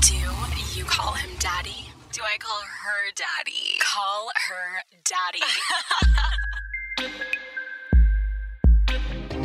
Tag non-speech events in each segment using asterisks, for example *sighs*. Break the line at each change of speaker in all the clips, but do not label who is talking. Do you call him daddy? Do I call her daddy? Call her *laughs*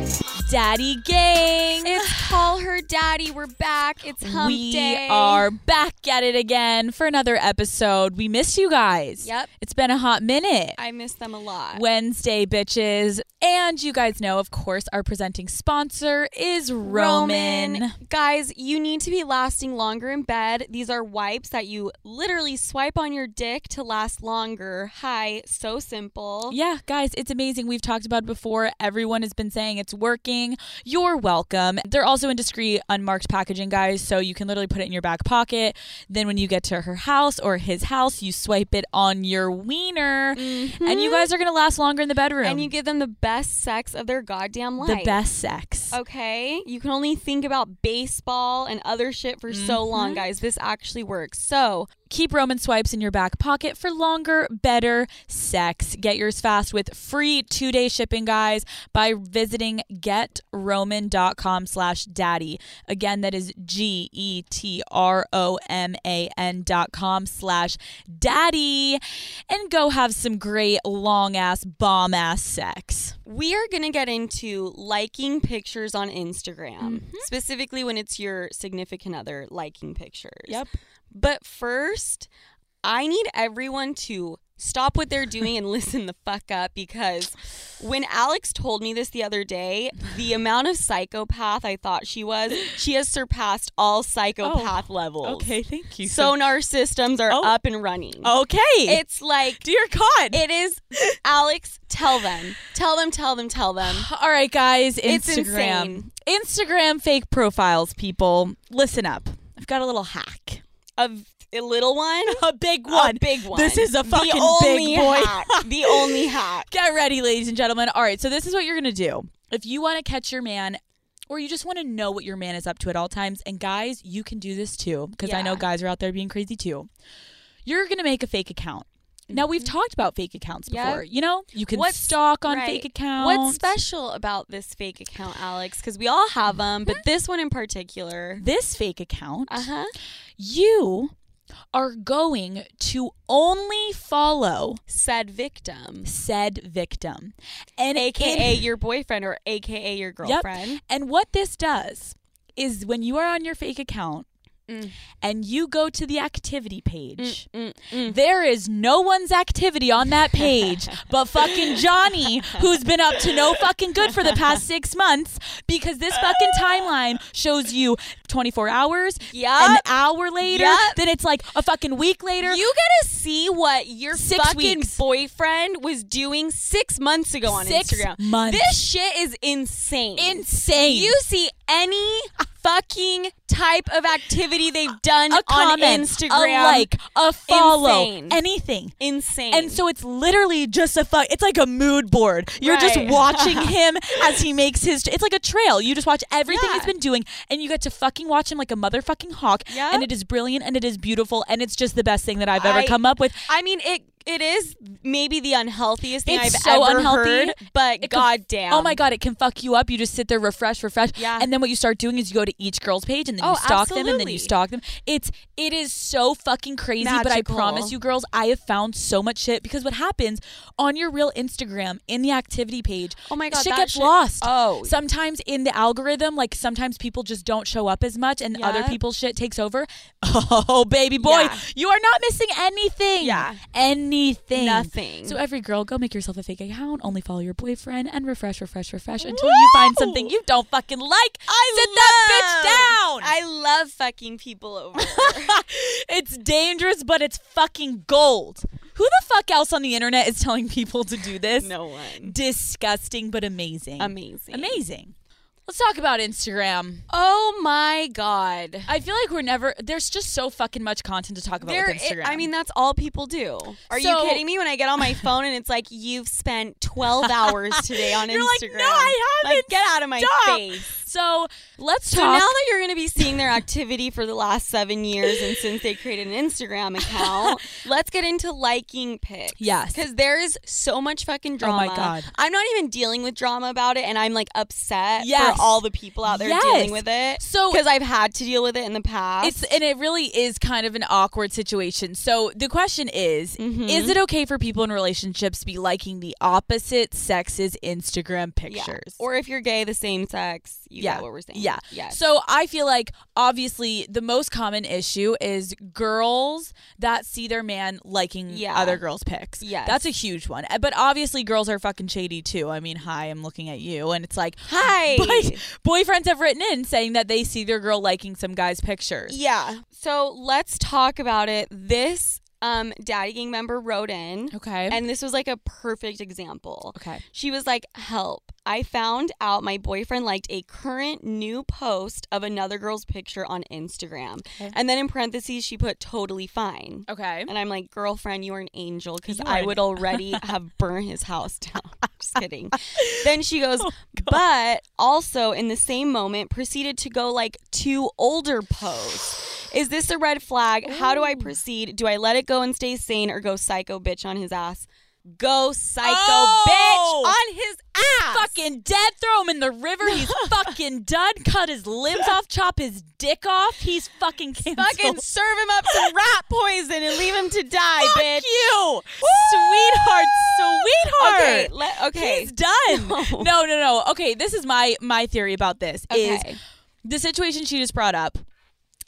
daddy.
Daddy gang.
it's call her daddy. We're back. It's hump
we
day.
are back at it again for another episode. We missed you guys.
Yep.
It's been a hot minute.
I miss them a lot.
Wednesday, bitches. And you guys know, of course, our presenting sponsor is Roman.
Guys, you need to be lasting longer in bed. These are wipes that you literally swipe on your dick to last longer. Hi, so simple.
Yeah, guys, it's amazing. We've talked about it before. Everyone has been saying it's working. You're welcome. They're also in discreet, unmarked packaging, guys. So you can literally put it in your back pocket. Then when you get to her house or his house, you swipe it on your wiener. And you guys are going to last longer in the bedroom.
Mm-hmm. And you give them the best sex of their goddamn life.
the best sex.
Okay. You can only think about baseball and other shit for so long, guys. This actually works. So,
Keep Roman swipes in your back pocket for longer, better sex. Get yours fast with free two-day shipping, guys, by visiting getroman.com slash daddy. Again, that is E G-E-T-R-O-M-A-N dot com slash daddy. And go have some great long-ass, bomb-ass sex.
we are going to get into liking pictures on Instagram, specifically when it's your significant other liking pictures.
Yep.
But first, I need everyone to stop what they're doing and *laughs* listen the fuck up because when Alex told me this the other day, the amount of psychopath I thought she was, she has surpassed all psychopath levels.
thank you. So,
Sonar systems are
Oh.
up and running.
okay.
It's like
Dear God.
it is Alex, tell them. Tell them, tell them, tell them.
All right, guys. Instagram.
It's insane.
Instagram fake profiles, people. Listen up. I've got a little hack.
A, a little
*laughs*
one,
A big
a big one.
This is a fucking
the only
big boy. *laughs*
hack. the only hack.
Get ready, ladies and gentlemen. All right, so this is what you're going to do. If you want to catch your man or you just want to know what your man is up to at all times, and guys, you can do this too because I know
Yeah.
guys are out there being crazy too. You're going to make a fake account. Now we've talked about fake accounts
Mm-hmm. Yep.
before. You know, you can
What's-
stalk on
right.
fake accounts.
What's special about this fake account, Alex? Because we all have them, but this one in particular.
this fake account?
Uh huh.
you are going to only follow
Said victim,
said victim and
aka
it-
your boyfriend or aka your
Yep.
girlfriend.
and what this does is when you are on your fake account
Mm.
and you go to the activity page
Mm, mm.
there is no one's activity on that
*laughs*
page but fucking Johnny, who's been up to no fucking good for the past six months because this fucking timeline shows you 24 hours, an
Yep.
hour later,
Yup.
then it's like a fucking week later.
You gotta see what your
Six
fucking
weeks.
boyfriend was doing six months ago on
Six
Instagram.
months.
This shit is insane.
insane.
you see any fucking type of activity they've done
a
on
comment,
Instagram?
a like, a follow,
Insane.
anything.
insane.
And so it's literally just a fuck. It's like a mood board. You're just
Right. *laughs*
watching him as he makes his. It's like a trail. You just watch everything
Yeah.
he's been doing, and you get to fucking watch him like a motherfucking hawk.
Yep.
And it is brilliant, and it is beautiful, and it's just the best thing that I've ever
I-
come up with.
I mean, it it is maybe the unhealthiest thing
It's
I've
so
ever
unhealthy.
heard, but
It could-
goddamn.
Oh my god, it can fuck you up. You just sit there, refresh, refresh,
Yeah.
and then what you start doing is you go to each girl's page and then
Oh,
you stalk them and then
absolutely.
you stalk them. It's it is so fucking crazy, but I
Magical.
promise you, girls, I have found so much shit because what happens on your real Instagram in the activity page?
Oh my God,
shit
that
gets
shit-
lost.
Oh.
sometimes in the algorithm, like sometimes people just don't show up as much, and other
Yeah.
people's shit takes over. *laughs* Oh baby boy,
Yeah.
you are not missing anything.
Yeah.
anything,
Nothing.
So every girl, go make yourself a fake account. Only follow your boyfriend and refresh, refresh, refresh until you find something you don't fucking like.
I
Sit
love,
that *laughs* bitch down.
I love fucking people
*laughs*
over.
it's dangerous, but it's fucking gold. Who the fuck else on the internet is telling people to do this?
no one.
Disgusting, but amazing.
Amazing.
Amazing. Let's talk about Instagram.
Oh my god.
I feel like we're never. There's just so fucking much content to talk about
There,
with Instagram.
it- I mean, that's all people do. Are
So-
you kidding me? When I get on my phone and it's like,
*laughs*
you've spent 12 hours today on
You're
Instagram.
like, "No, I haven't.
Like, get out of my
Stop."
face.
So let's
So
talk.
now that you're going to be seeing their activity for the last seven years and since they created an
*laughs*
Instagram account, let's get into liking pics.
Yes.
Because there is so much fucking
Oh my
drama.
God.
I'm not even dealing with drama about it and I'm like upset
Yes.
for all the people out there
Yes.
dealing with it.
so
Because I've had to deal with it in the past.
it's and it really is kind of an awkward situation. So the question is,
Mhm.
is it okay for people in relationships to be liking the opposite sex's Instagram
Yeah.
pictures?
Or if you're gay, the same sex. You
Yeah.
get what we're saying.
Yeah.
Yes.
So I feel like obviously the most common issue is girls that see their man liking
Yeah.
other girls' pics.
Yes.
That's a huge one. Uh, But obviously girls are fucking shady too. I mean, hi, I'm looking at you and it's like
Hi.
*laughs* But boyfriends have written in saying that they see their girl liking some guy's pictures.
Yeah. So let's talk about it. This um, Daddy Gang member wrote in,
Okay.
and this was like a perfect example.
okay.
She was like, Help. I found out my boyfriend liked a current new post of another girl's picture on Instagram.
Okay.
And then in parentheses, she put totally fine.
Okay.
And I'm like, girlfriend, you are an angel because
You are
I
an-
would
*laughs*
already have burned his house down. *laughs* Just kidding. Then she goes,
Oh,
but also in the same moment proceeded to go like two older posts. Is this a red flag? How do I
Ooh.
proceed? Do I let it go and stay sane or go psycho bitch on his ass? Go psycho
Oh!
bitch on his ass.
Fucking dead, throw him in the river. He's fucking done. Cut his limbs off, chop his dick off. He's fucking canceled.
Fucking serve him up some rat poison and leave him to die,
Fuck
bitch.
you, sweetheart, sweetheart.
Okay, let, okay.
He's done.
No.
No, no, no. Okay, this is my my theory about this is
okay.
the situation she just brought up.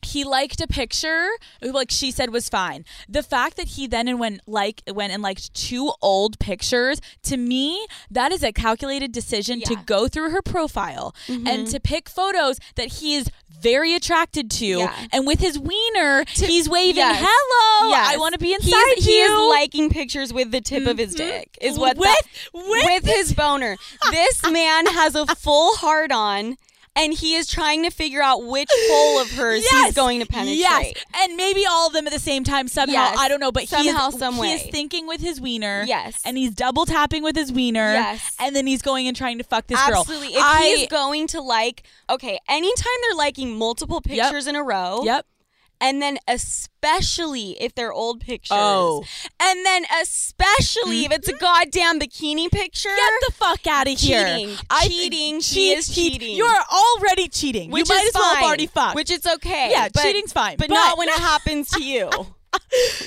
He liked a picture, like she said was fine. The fact that he then and went like went and liked two old pictures to me, that is a calculated decision to
Yeah. Mm-hmm.
go through her profile and to pick photos that he is very attracted to,
Yeah.
and with his wiener, he's waving
yes.
hello. I
Yes.
want to be inside
He's,
you.
he is liking pictures with the tip of his
Mhm.
dick, is what
with,
that-
with,
Mm-hmm. with his *laughs* boner. This man has a full hard on, and he is trying to figure out which hole of hers
Yes.
he's going to penetrate.
Yes, and maybe all of them at the same time somehow.
Yes.
I don't know, but
Somehow,
he is,
some
he is
way.
thinking with his wiener.
Yes.
and he's double tapping with his wiener.
Yes.
and then he's going and trying to fuck this girl.
Absolutely. If
I-
he's going to like, okay, anytime they're liking multiple
Yep.
pictures in a row,
Yep.
and then especially if they're old pictures,
Oh.
and then especially if it's a goddamn bikini picture,
Get the fuck out of here!
Cheating. Cheating. She is cheating.
You are already cheating.
which
you might
is
as well have
fine,
already fucked.
which it's okay.
yeah,
but-
cheating's fine,
but not when it happens to you.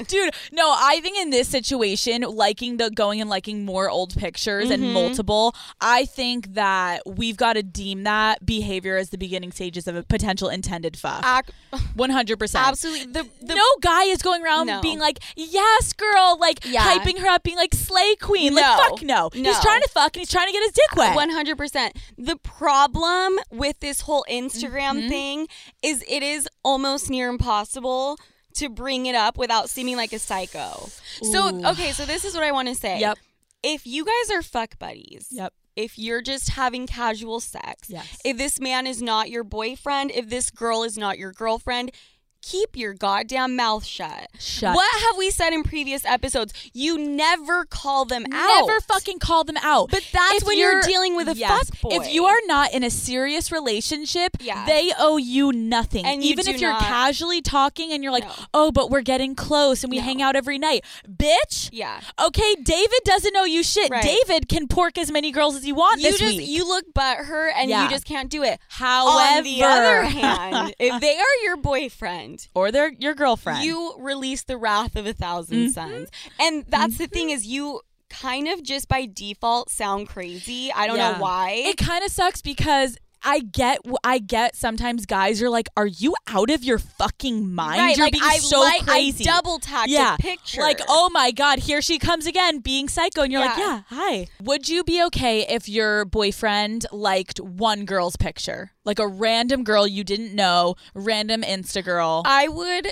Dude, no, I think in this situation, liking the going and liking more old pictures and
Mhm.
multiple, I think that we've got to deem that behavior as the beginning stages of a potential intended fuck.
*laughs* *laughs* Ac-
One hundred percent.
Absolutely. The, the
No guy is going around
No.
being like, "Yes, girl," like
Yeah.
hyping her up, being like, "Slay queen."
No.
Like, fuck no. He's
No.
trying to fuck and he's trying to get his dick wet.
One hundred percent. The problem with this whole Instagram
Mhm.
thing is it is almost near impossible to bring it up without seeming like a psycho.
Ooh.
So okay, so this is what I want to say.
Yep.
If you guys are fuck buddies,
Yep.
if you're just having casual sex,
Yes.
if this man is not your boyfriend, if this girl is not your girlfriend, keep your goddamn mouth shut.
Shut.
What have we said in previous episodes? You never call them out.
Never fucking call them out.
But that's
If
when you're,
you're-
dealing with a
Yes.
fuckboy.
If you are not in a serious relationship,
Yeah.
they owe you nothing.
And you
Even
do
if you're
not-
casually talking and you're like,
No.
oh, but we're getting close and we
No.
hang out every night. Bitch.
yeah,
Okay, David doesn't owe you shit.
Right.
David can pork as many girls as he wants
you
this
just
week.
you look but her and
Yeah.
you just can't do it.
However,
On the *laughs* other
*laughs*
hand, if they are your boyfriend,
or their your girlfriend,
you release the wrath of a 1000
Mhm.
suns, and that's the thing is you kind of just by default sound crazy. I don't
Yeah.
know why.
it kind of sucks because. I get, I get. Sometimes guys are like, "Are you out of your fucking mind?
right,
You're
like
being
I
so
like
crazy."
I double tapped
Yeah,
a picture.
Like, oh my God, here she comes again, being psycho. And you're like, yeah,
Yeah.
hi. Would you be okay if your boyfriend liked one girl's picture? Like a random girl you didn't know, random Insta girl?
I would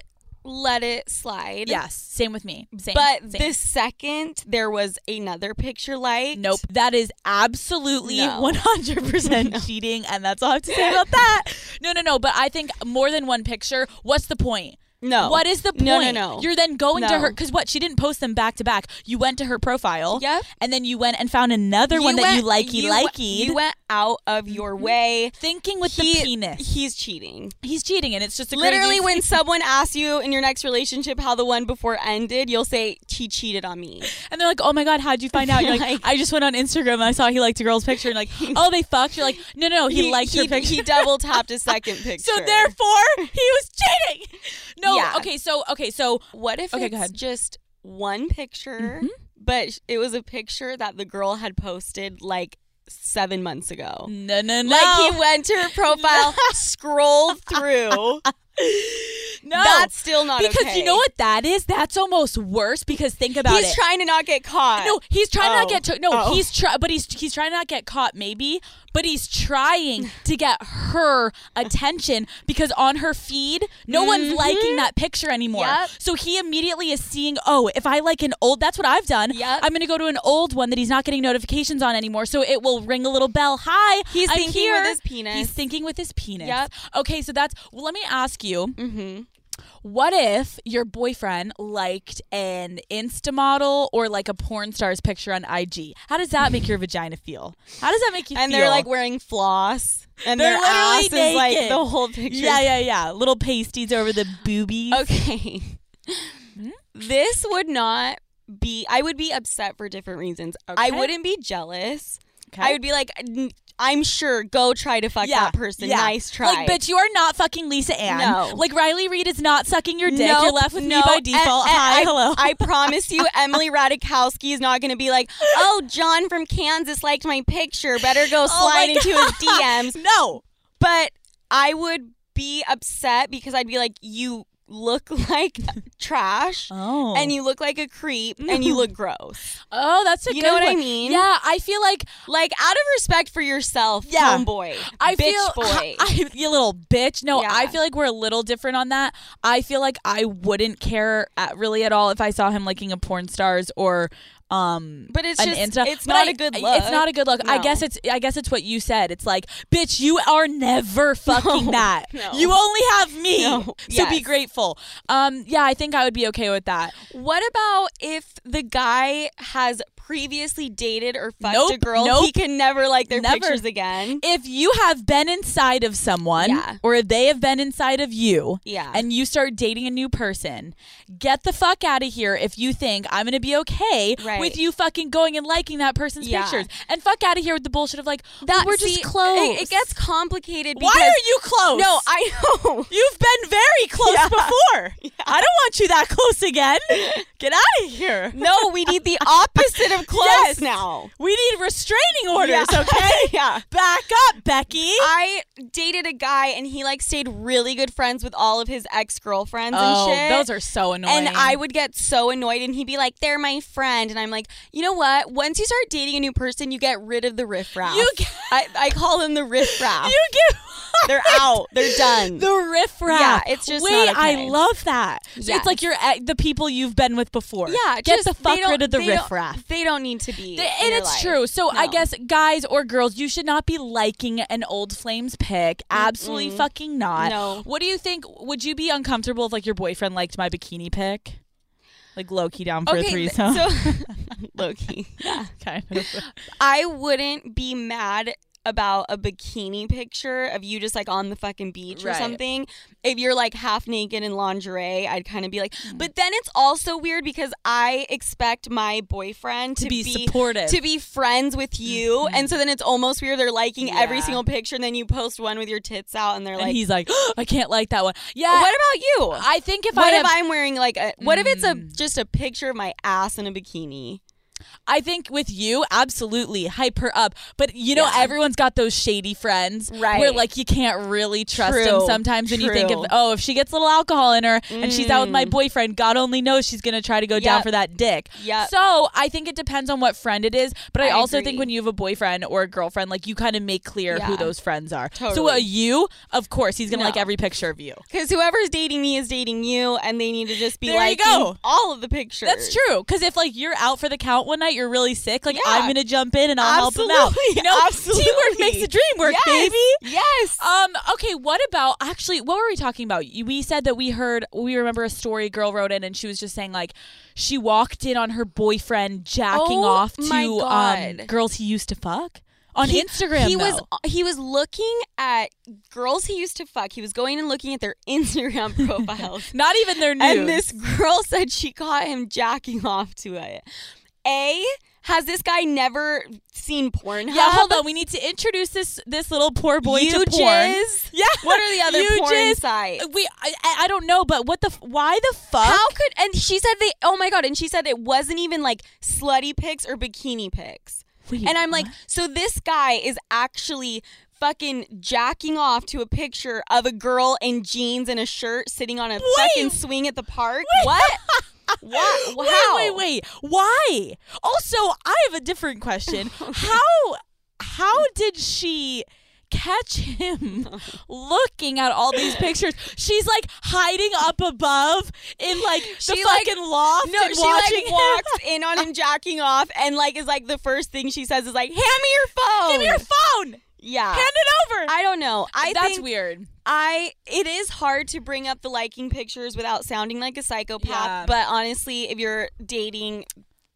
let it slide.
yes. Same with me. Same.
But
same.
the second there was another picture like
Nope. That is absolutely
No. *laughs*
100% cheating. And that's all I have to say about that. No, no, no. But I think more than one picture, what's the point?
No.
What is the point?
No, no, no.
You're then going to
No.
her because what? She didn't post them back to back. You went to her profile.
Yep.
And then you went and found another one that you
went-
likey
you-
likey.
You went out of your way.
thinking with
He-
the penis.
He's cheating.
He's cheating, and it's just a great
Literally,
excuse.
when someone asks you in your next relationship how the one before ended, you'll say, he cheated on me.
and they're like, "Oh my god, how'd you find
*laughs*
out?" You're like,
Like-
"I just went on Instagram and I saw he liked a girl's picture,
*laughs*
and like, oh, they fucked." You're like, "No, no, no, *laughs* he, liked her picture."
He double tapped
*laughs*
a second picture.
so therefore, he
*laughs*
was cheating. No,
Yeah.
okay, so okay, so
what if
Okay,
it's
go ahead. Mm-hmm.
just one picture, but it was a picture that the girl had posted like seven months ago?
no, no, no,
Like he went to her
*laughs*
profile, scrolled through.
no.
That's still not
because
okay.
you know what that is. That's almost worse because think about
He's
it.
trying to not get caught.
no, he's trying to not
Oh.
get took. No,
Oh.
he's try, but he's he's trying to not get caught, maybe. But he's
*laughs*
trying to get her attention because on her feed, no one's
Mhm.
liking that picture anymore.
Yep.
So he immediately is seeing, oh, if I like an old, that's what I've done.
Yep.
I'm gonna go to an old one that he's not getting notifications on anymore. So it will ring a little bell. Hi,
He's
I'm
thinking
here.
with his penis.
He's thinking with his penis.
Yep.
Okay, so that's. Well, let me ask you.
Mm-hmm.
What if your boyfriend liked an Insta model or like a porn star's picture on IG? How does
*laughs*
that make your vagina feel? How does that make you
And
feel?
they're like wearing floss, and
They're
their ass
literally
is like
naked.
the whole picture.
yeah, yeah, yeah. Little pasties over the boobies.
Okay.
Mm-hmm.
This would not be. I would be upset for different reasons. I
Okay.
wouldn't be jealous.
Okay.
I would be like, "N- I'm sure. Go try to fuck that person.
yeah.
Nice try.
Like, bitch, you are not fucking Lisa Ann.
No.
Like, Riley Reed is not sucking your dick.
Nope,
You're left with me
nope.
by
And-
default.
and
Hi,
I, *laughs*
hello.
I promise
*laughs*
you, Emily Radikowski is not going to be like, oh, John from Kansas liked my picture. Better
*laughs* Oh
go slide into his DMs.
no.
But I would be upset because I'd be like, you look *laughs* like trash.
Oh.
And you look like a creep and you
*laughs*
look gross.
oh, that's a
You
good
know what I
one.
mean?
Yeah, I feel like
Like out of respect for yourself,
Yeah.
homeboy.
I
bitch
feel, *laughs*
*laughs* boy.
I, you little bitch. No,
Yeah.
I feel like we're a little different on that. I feel like I wouldn't care at, really at all if I saw him liking a porn stars or um
but it's
an
just
Insta.
it's
But
not
I-
a good
I-
look.
It's not a good look. I
No.
guess it's I guess it's what you said. It's like, bitch, you are never
*laughs*
fucking
No.
that.
No.
You only have me.
No.
So be
Yes.
grateful. Um, yeah, I think I would be okay with that.
What about if the guy has previously dated or fucked a
Nope,
girl?
nope.
he can never like their
Never.
pictures again.
If you have been inside of someone,
Yeah.
or if they have been inside of you,
Yeah.
and you start dating a new person, get the fuck out of here if you think I'm gonna be okay
Right.
with you fucking going and liking that person's
Yeah.
pictures. And fuck out of here with the bullshit of like
That-
we're
see,
just close.
It, it gets complicated.
Why
Because,
are you close?
No, I know.
You've been very
*laughs*
close
Yeah.
before. I don't want you that close again. Get out of here.
*laughs* No, we need the opposite of close
Yes.
now.
We need restraining orders,
Yeah.
okay?
*laughs* yeah.
Back up, Becky.
I dated a guy and he like stayed really good friends with all of his ex girlfriends
oh,
and shit.
those are so annoying.
And I would get so annoyed, and he'd be like, "They're my friend," and I'm like, "You know what? Once you start dating a new person, you get rid of the riffraff.
You get-
I, I call them the riffraff.
you give
*laughs* They're out.
*laughs*
They're done.
the riffraff.
Yeah, it's just
wait.
not
I
okay.
love that. So It's
Yes.
like you're at the people you've been with before.
yeah,
get
just,
the fuck
they don't-
rid of the
they don't-
riffraff.
They don't need to be.
Th-
in
and
your
it's
life.
true. So I
No.
guess guys or girls, you should not be liking an old flames pic. Absolutely fucking not.
No.
What do you think? Would you be uncomfortable if like your boyfriend liked my bikini pic? Like low key down for
Okay,
a
th-
threesome.
so *laughs* Loki,
*laughs* kind
*laughs*
of.
I wouldn't be mad about a bikini picture of you just like on the fucking beach or
Right.
something. If you're like half naked in lingerie, I'd kind of be like,
Mm.
but then it's also weird because I expect my boyfriend to,
To be supportive. Mm-hmm.
to be friends with you, and so then it's almost weird. They're liking every
Yeah.
single picture, and then you post one with your tits out, and they're
and
like,
he's like, *gasps* I can't like that one. Yeah.
what about you?
I Mm. think if
what
I
if
have-
I'm wearing like a? What if it's a just a picture of my ass in a bikini?
I think with you, absolutely hype her up. But you know,
Yeah.
everyone's got those shady friends,
Right.
Where like you can't really trust
True.
them sometimes. When you think of,
True. Mm.
oh, if she gets a little alcohol in her and she's out with my boyfriend, God only knows she's gonna try to go down
Yep.
for that dick.
Yep.
So I think it depends on what friend it is. But I,
I
also
agree.
think when you have a boyfriend or a girlfriend, like you kind of make clear who
Yeah.
those friends are. So
Totally.
uh, you, of course, he's gonna
No.
like every picture of you.
Because whoever's dating me is dating you, and they need to just be
There you
like
go.
all of the pictures.
That's true. Because if like you're out for the count out one night, you're really sick. Like
Yeah.
I'm gonna jump in and I'll help him out.
Absolutely,
You know,
absolutely.
teamwork makes the dream work,
Yes.
baby.
Yes.
Um, okay, what about actually what were we talking about? You- We said that we heard we remember a story a girl wrote in and she was just saying like she walked in on her boyfriend jacking
Oh
off
my
to um
God.
girls he used to fuck on
He-
Instagram.
He
though.
was he was looking at girls he used to fuck. He was going and looking at their *laughs* Instagram
*laughs*
profiles.
not even their news.
and this girl said she caught him jacking off to it. A has this guy never seen Pornhub?
yeah, hold on. We need to introduce this this little poor boy
You
to porn.
jizz?
Yeah.
What are the other
You
porn
jizz?
sites?
We I, I I don't know, but what the f- why the fuck?
How could and she said they oh my god and she said it wasn't even like slutty pics or bikini pics.
Wait,
And I'm like,
what?
so this guy is actually fucking jacking off to a picture of a girl in jeans and a shirt sitting on a fucking swing at the park. What? what?
*laughs* Wait,
How?
wait, wait. Why? Also, I have a
*laughs*
different question. How how did she
*laughs*
catch him looking at all these pictures? She's like hiding up above in like the
She, like-
fucking loft
*laughs* No,
and
she
watching
like *laughs*
him.
walks in on him jacking off, and like is like the first thing she says is like, "Hand me your phone."
Give me your phone.
yeah.
Hand it over.
I don't know. I
That's
think
weird.
I it is hard to bring up the liking pictures without sounding like a psychopath.
Yeah.
But honestly, if you're dating,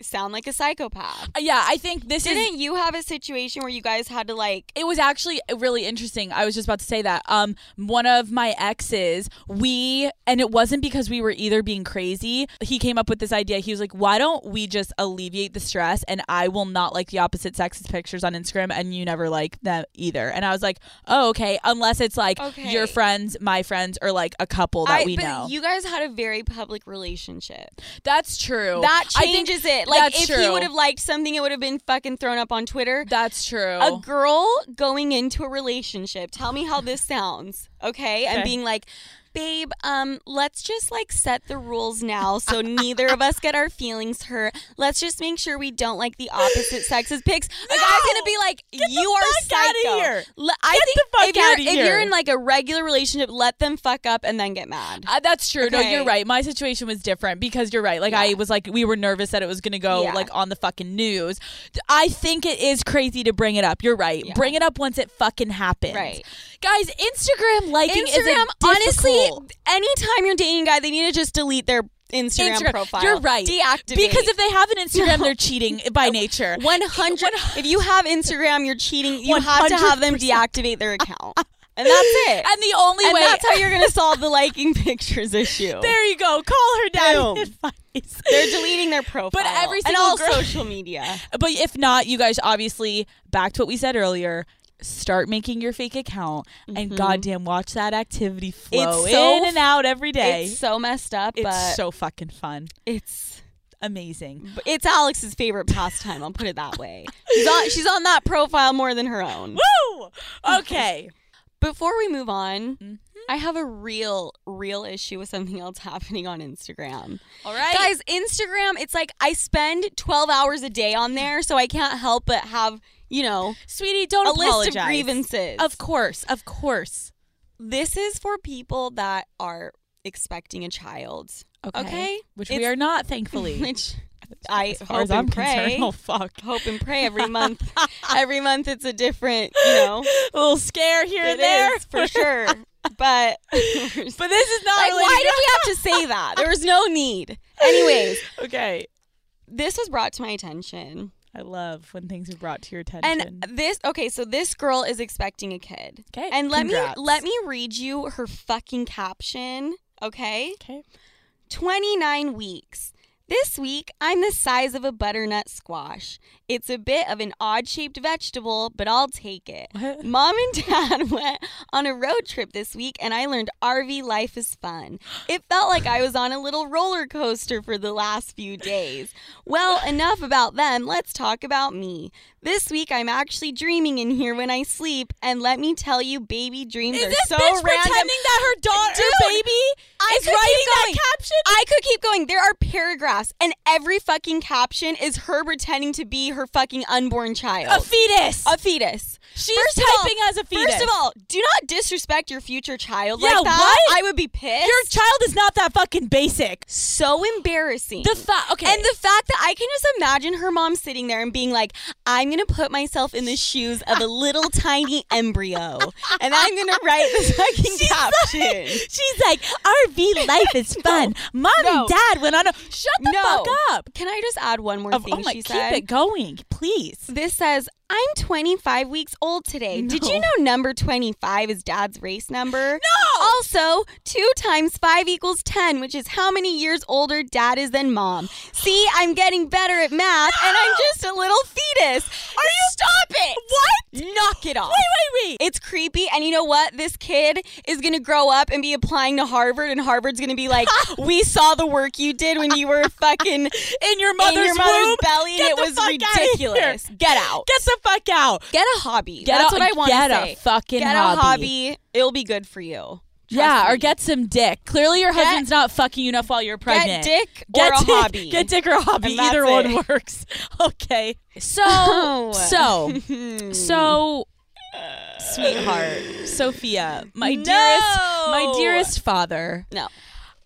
sound like a psychopath.
Uh, Yeah, I think this is
Didn't you have a situation where you guys had to like?
it was actually really interesting. I was just about to say that. Um, one of my exes, we, and it wasn't because we were either being crazy. He came up with this idea. He was like, "Why don't we just alleviate the stress?" And I will not like the opposite sex's pictures on Instagram, and you never like them either. And I was like, "Oh, okay." Unless it's like
Okay.
your friends, my friends, or like a couple that
I-
we
but
know.
you guys had a very public relationship.
that's true.
That
I think-
changes it. Like
that's
if he
true.
would have liked something, it would have been fucking thrown up on Twitter.
That's true.
a girl going into a relationship tell me how this sounds okay, and
Okay.
being like babe um let's just like set the rules now
*laughs*
so neither of us get our feelings hurt let's just make sure we don't like the opposite sex's pics a guy's gonna be like you are
fuck outta
psycho
here.
Le- i
Get
think
the fuck
if, you're,
outta
if
here.
you're in like a regular relationship let them fuck up and then get mad
Uh, that's true. No, you're
Okay.
right. My situation was different because you're right. Like I
Yeah.
was like we were nervous that it was going to go
Yeah.
like on the fucking news. D- I think it is crazy to bring it up. You're right.
Yeah.
Bring it up once it fucking happens.
Right.
Guys, Instagram liking is
Instagram, honestly,
difficult-
anytime you're dating a guy, they need to just delete their Instagram,
Instagram.
profile.
You're right.
Deactivate.
because if they have an Instagram, they're cheating
*laughs*
by nature.
100 if you have instagram you're cheating you have to have them deactivate their *laughs* account and that's it
And the only
and
way
that's how you're *laughs* gonna solve the liking pictures issue
There you go. Call her daddy
Boom.
*laughs* advice.
they're deleting their profile
every
and
single
all
girl-
social media
But if not, you guys obviously back to what we said earlier. Start making your fake account and goddamn watch that activity flow
It's so
in and out every
*laughs*
day.
it's so messed up
It's
but
so fucking fun.
it's
Amazing.
it's alex's favorite pastime i'll put it that way she's on, she's on that profile more than her own
Woo! Okay.
before we move on
Mhm.
i have a real real issue with something else *laughs* happening on instagram
*laughs* All right.
Guys, Instagram, it's like I spend 12 hours a day on there, so I can't help but have, you know,
sweetie, don't
a
apologize.
list of grievances.
Of course, of course.
this is for people that are expecting a *laughs* child. Okay.
Which we
It's-
are not, *laughs* thankfully.
Which I
as far
hope
as
and
I'm
pray.
concerned. Oh
*laughs*
fuck.
Hope and pray every month. every month it's a different, you know.
*laughs* A little scare here
It
and there.
is, for sure. But
*laughs*
*laughs*
But this is not
like,
related.
why did we
*laughs*
have to say that? There was no need. Anyways,
Okay.
this was brought to my attention.
I love when things are brought to your attention.
And this okay, so this girl is expecting a kid.
Okay.
And let
Congrats.
me let me read you her fucking caption, okay?
Okay.
29 weeks. This week, I'm the size of a butternut squash. It's a bit of an odd shaped vegetable, but I'll take it.
What?
Mom and dad *laughs* went on a road trip this week, and I learned RV life is fun. It felt like I was on a little roller coaster for the last few days. Well, enough about them. Let's talk about me. This week, I'm actually dreaming in here when I sleep, and let me tell you, baby dreams
Is
are
this
so
bitch
random.
pretending that her daughter, her
Dude,
baby,
I
is
could keep
writing that
going.
caption?
I could keep going. There are paragraphs, and every fucking caption is her pretending to be her fucking unborn child.
Oh. A fetus.
A fetus.
She's
First of all-
typing as a fetus.
First of all, do not disrespect your future child
Yeah,
like that.
what?
I would be pissed.
your child is not that fucking basic.
so embarrassing.
The fa- okay. *laughs*
And the fact that I can just imagine her mom sitting there and being like, I'm going to put myself in the shoes of a little
*laughs*
tiny embryo and I'm going to write this fucking caption.
She's like, RV life *laughs* is fun. Mom
No.
and dad went on a. Shut the
No.
fuck up.
can I just add one more
Of-
thing
oh my,
she
keep
said?
it going, please.
This says, I'm 25 weeks old today. Did you
No.
know number 25 is dad's race number?
No.
Also, 2 times 5 equals 10, which is how many years older dad is than mom. See, I'm getting better at math and I'm just a little fetus. Are you Stop it? What? Knock it off.
Wait, wait, wait.
It's creepy, and you know what? This kid is gonna grow up and be applying to Harvard, and Harvard's gonna be
*laughs*
like, "We saw the work you did when you were fucking
In your *laughs* mother's,
in your mother's
womb.
belly, and
Get
it
the
was
fuck outta here.
ridiculous. Get out.
Get the fuck out.
Get a hobby.
Get
That's
a-
what I want to
get a
say.
fucking
get a
hobby.
hobby. It'll be good for you. Trust
yeah, or
me.
get some dick. Clearly, your
Get-
husband's not fucking you enough while you're
get
pregnant.
dick
Get
or a
dick-
hobby.
Get dick or a hobby.
And that's
Either one
it.
*laughs*
Oh.
works. Okay. So,
*laughs*
so,
Hmm.
so, sweetheart, Sophia, my dearest, my
No.
dearest father.
no,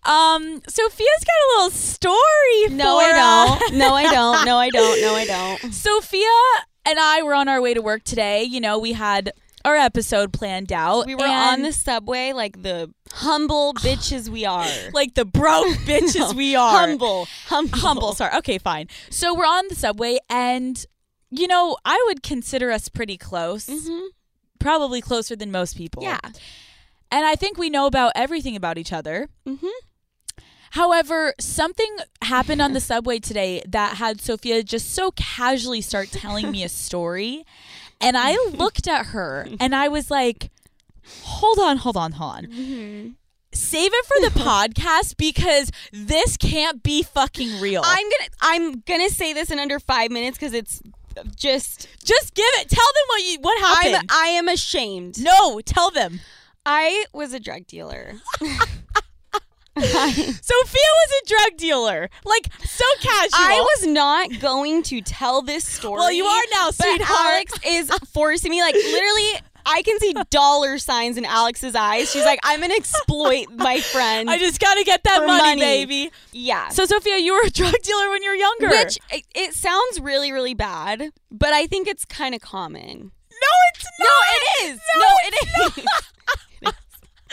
Um, Sophia's got a little story.
no,
for
I
us.
don't. No, I don't. No, I don't. No, I don't.
Sophia and I were on our way to work today. You know, we had our episode planned
*laughs*
out.
We were on
and-
the subway like the humble *sighs* bitches we are.
*laughs*
*laughs*
like the broke bitches
No.
we are.
Humble, humble,
*laughs* humble. Sorry. Okay, fine. So we're on the subway, and you know, I would consider us pretty close.
Mhm.
Probably closer than most people.
Yeah.
And I think we know about everything about each other.
Mhm.
However, something happened on the subway today that had Sophia just so casually start telling me a story. And I looked at her and I was like, hold on, hold on, hold on. Save it for the podcast because this can't be fucking real.
I'm gonna I'm gonna say this in under five minutes because it's just
just give it. Tell them what you what happened.
I'm I am ashamed.
no, tell them.
I was a drug dealer.
Sophia was a drug dealer. Like so casual.
I was not going to tell this story.
Well, you are now,
but
sweetheart.
Alex is forcing me. Like literally, I can see dollar signs in Alex's eyes. She's like, I'm gonna exploit
*laughs*
my friend.
I just gotta get that
For
money,
money.
baby.
yeah.
So Sophia, you were a drug dealer when you were younger.
Which it, it sounds really, really bad, but I think it's kind of common.
no, it's not.
No, it is. No, it is.
*laughs*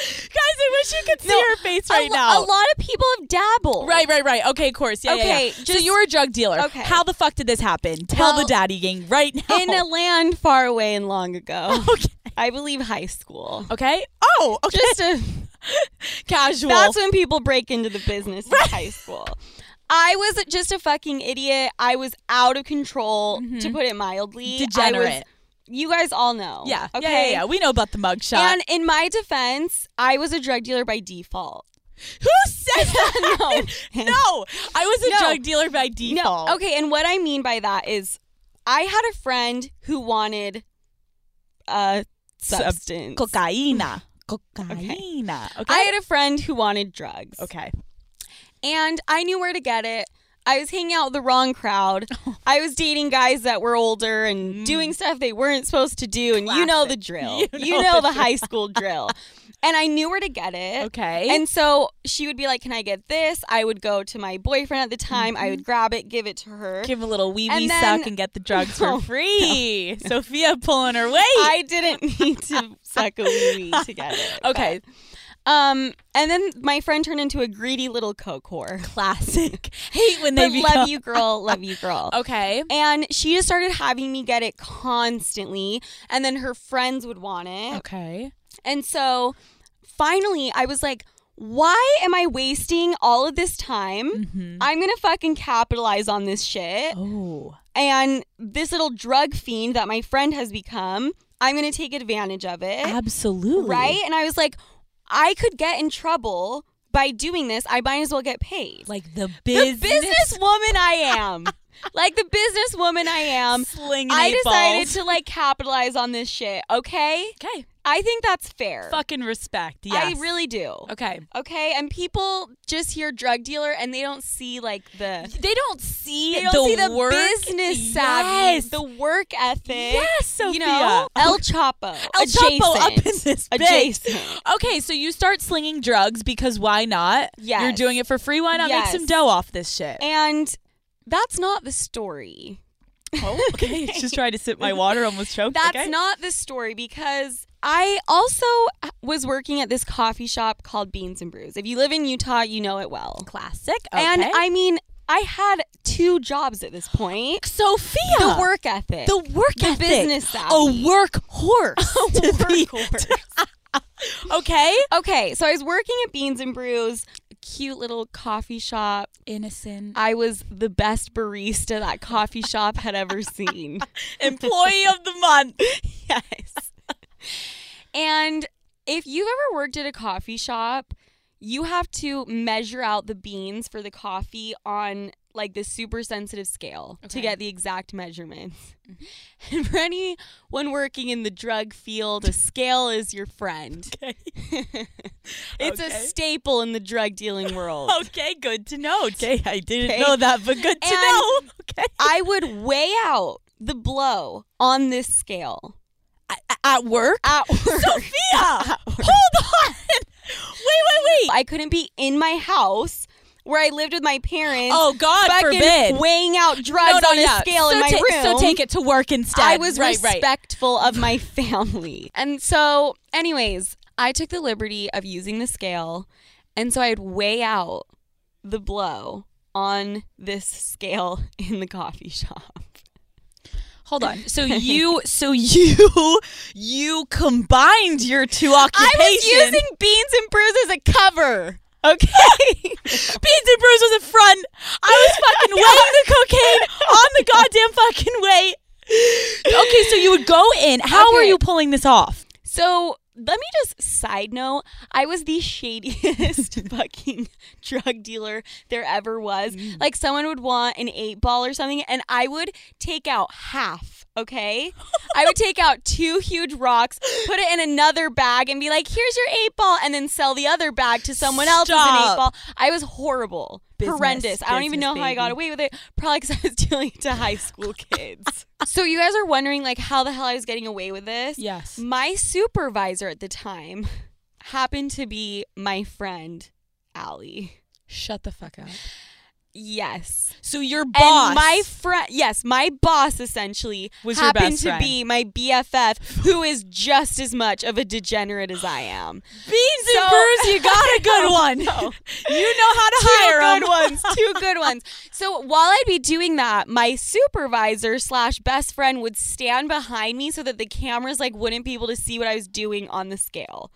Guys, I wish you could see
No,
her face right
a, lo-
now.
A lot of people have dabbled.
Right, right, right. Okay, of course. Yeah, yeah,
Okay,
yeah. so
just-
you were a drug dealer.
Okay.
How the fuck did this happen? Tell
Well,
the daddy gang right now.
In a land far away and long
*laughs*
ago.
okay.
I believe high school.
Okay. Oh, okay.
Just a
casual.
That's when people break into the business in high school. I was just a fucking idiot. I was out of control, to put it mildly. I was-
Mm-hmm. Degenerate.
you guys all know.
yeah.
Okay.
Yeah, yeah, yeah. We know about the mugshot.
And in my defense, I was a drug dealer by
*laughs*
default. *laughs*
Who says that?
no.
*laughs* no. I was a
No.
drug dealer by default.
No. Okay, and what I mean by that is I had a friend who wanted a
Sub-
substance.
Cocaina. Cocaina. Okay.
I had a friend who wanted drugs.
okay.
and I knew where to get it. I was hanging out with the wrong
*laughs*
crowd. I was dating guys that were older and doing stuff they weren't supposed to do. And you know the drill.
Mm. *laughs* You
You,
know
know,
the
the, high school drill. And I knew where to get it.
Okay.
And so she would be like, Can I get this? I would go to my boyfriend at the time. I
Mm-hmm.
would grab it, give it to her.
give a little wee wee
And then- Oh,
suck and get the
*laughs*
drugs
No, *laughs*
for free. Sophia pulling her weight.
I didn't need to suck a wee wee to get it.
*laughs* okay,
*laughs* but- um, and then my friend turned into a greedy little coke whore.
classic.
*laughs*
Hate when they
But
become.
love you, girl. Love you, girl.
*laughs* Okay.
And she just started having me get it constantly. And then her friends would want it.
Okay.
And so finally, I was like, why am I wasting all of this time? I'm going to fucking capitalize on this shit.
Oh.
And this little drug fiend that my friend has become, I'm going to take advantage of it.
Absolutely.
Right? And I was like, I could get in trouble by doing this. I might as well get paid.
Like the
the
business.
businesswoman I am. like the businesswoman I am.
slinging
I
eight
decided
balls.
to like capitalize on this shit, okay?
Okay.
I think that's fair.
Fucking respect.
I
Yes.
really do.
Okay.
Okay, and people just hear drug dealer and they don't see like the
They don't see
they don't
the
see the
work.
business savvy,
yes.
the work ethic.
yes, Sophia.
you know, El Chapo,
El Chapo up in
adjacent.
this bitch.
adjacent.
Okay, so you start slinging drugs because why not?
Yes.
You're doing it for free. Why not
Yes.
make some dough off this shit?
*laughs* And that's not the story.
oh, okay. Just tried to sip my water, almost choked.
That's
okay.
not the story because I also uh, was working at this coffee shop called Beans and Brews. If you live in Utah, you know it well.
classic.
And
okay.
I mean, I had two jobs at this point.
Sophia.
The work ethic. *laughs*
The work
The
ethic.
business savvy.
A
*laughs*
workhorse. to be- okay.
okay, so I was working at Beans and Brews, a cute little coffee shop.
Innocent.
I was the best barista that coffee shop had ever seen.
Employee of the month.
*laughs* yes. *laughs* And if you've ever worked at a coffee shop, you have to measure out the beans for the coffee on like this super sensitive scale to
Okay. Mm-hmm.
get the exact measurements. *laughs* And for anyone working in the drug field, a scale is your friend.
*laughs*
*laughs*
Okay.
It's a
Okay.
staple in the drug dealing world.
*laughs* Okay, good to know. Okay, I didn't
Okay.
know that, but good to
And-
know. Okay.
I would weigh out the blow on this scale
At work? *laughs*
at work. *laughs*
Sophia! Hold on! Wait, wait, wait.
*laughs* I couldn't be in my house where I lived with my parents.
Oh, God
fucking
forbid.
weighing out drugs on a
yeah.
scale
so
in my
ta-
room.
So take it to work instead.
I was
right, right.
respectful of my *laughs* family. And so, anyways, I took the liberty of using the scale. And so I'd weigh out the blow on this scale *laughs* in the coffee shop.
Hold on. *laughs* So you, so you, you combined your two occupations.
I was using beans and brews as a cover.
*laughs* Okay. Beans and Brews was a front. I *laughs* was fucking weighing the cocaine on the goddamn fucking weight. Okay, so you would go in. How are
Okay.
you pulling this *laughs* off?
So let me just side note I was the *laughs* shadiest fucking drug dealer there ever was. Like, someone would want an eight ball or something, and I would take out half, okay? I would take out two huge rocks, put it in another bag, and be like, here's your eight ball, and then sell the other bag to someone else as an
Stop.
eight ball. I was horrible.
Business,
Horrendous. I don't even
business,
know how I got
baby.
away with it. Probably because I was *laughs* dealing it to high school kids. *laughs* so you guys are wondering, like, how the hell I was getting away with this?
Yes.
My supervisor at the time happened to be my friend, Allie.
Shut the fuck up.
Yes.
So your
And my friend, yes, my boss essentially
Was your
happened
best
to
friend.
be my BFF, who is just as much of a degenerate as I am.
beans
So-
and brews, you got a *laughs* good one. you know *laughs* how to hire
two
'em.
good ones,
*laughs*
two good ones. So while I'd be doing that, my supervisor slash best friend would stand behind me so that the cameras like wouldn't be able to see what I was doing on the scale.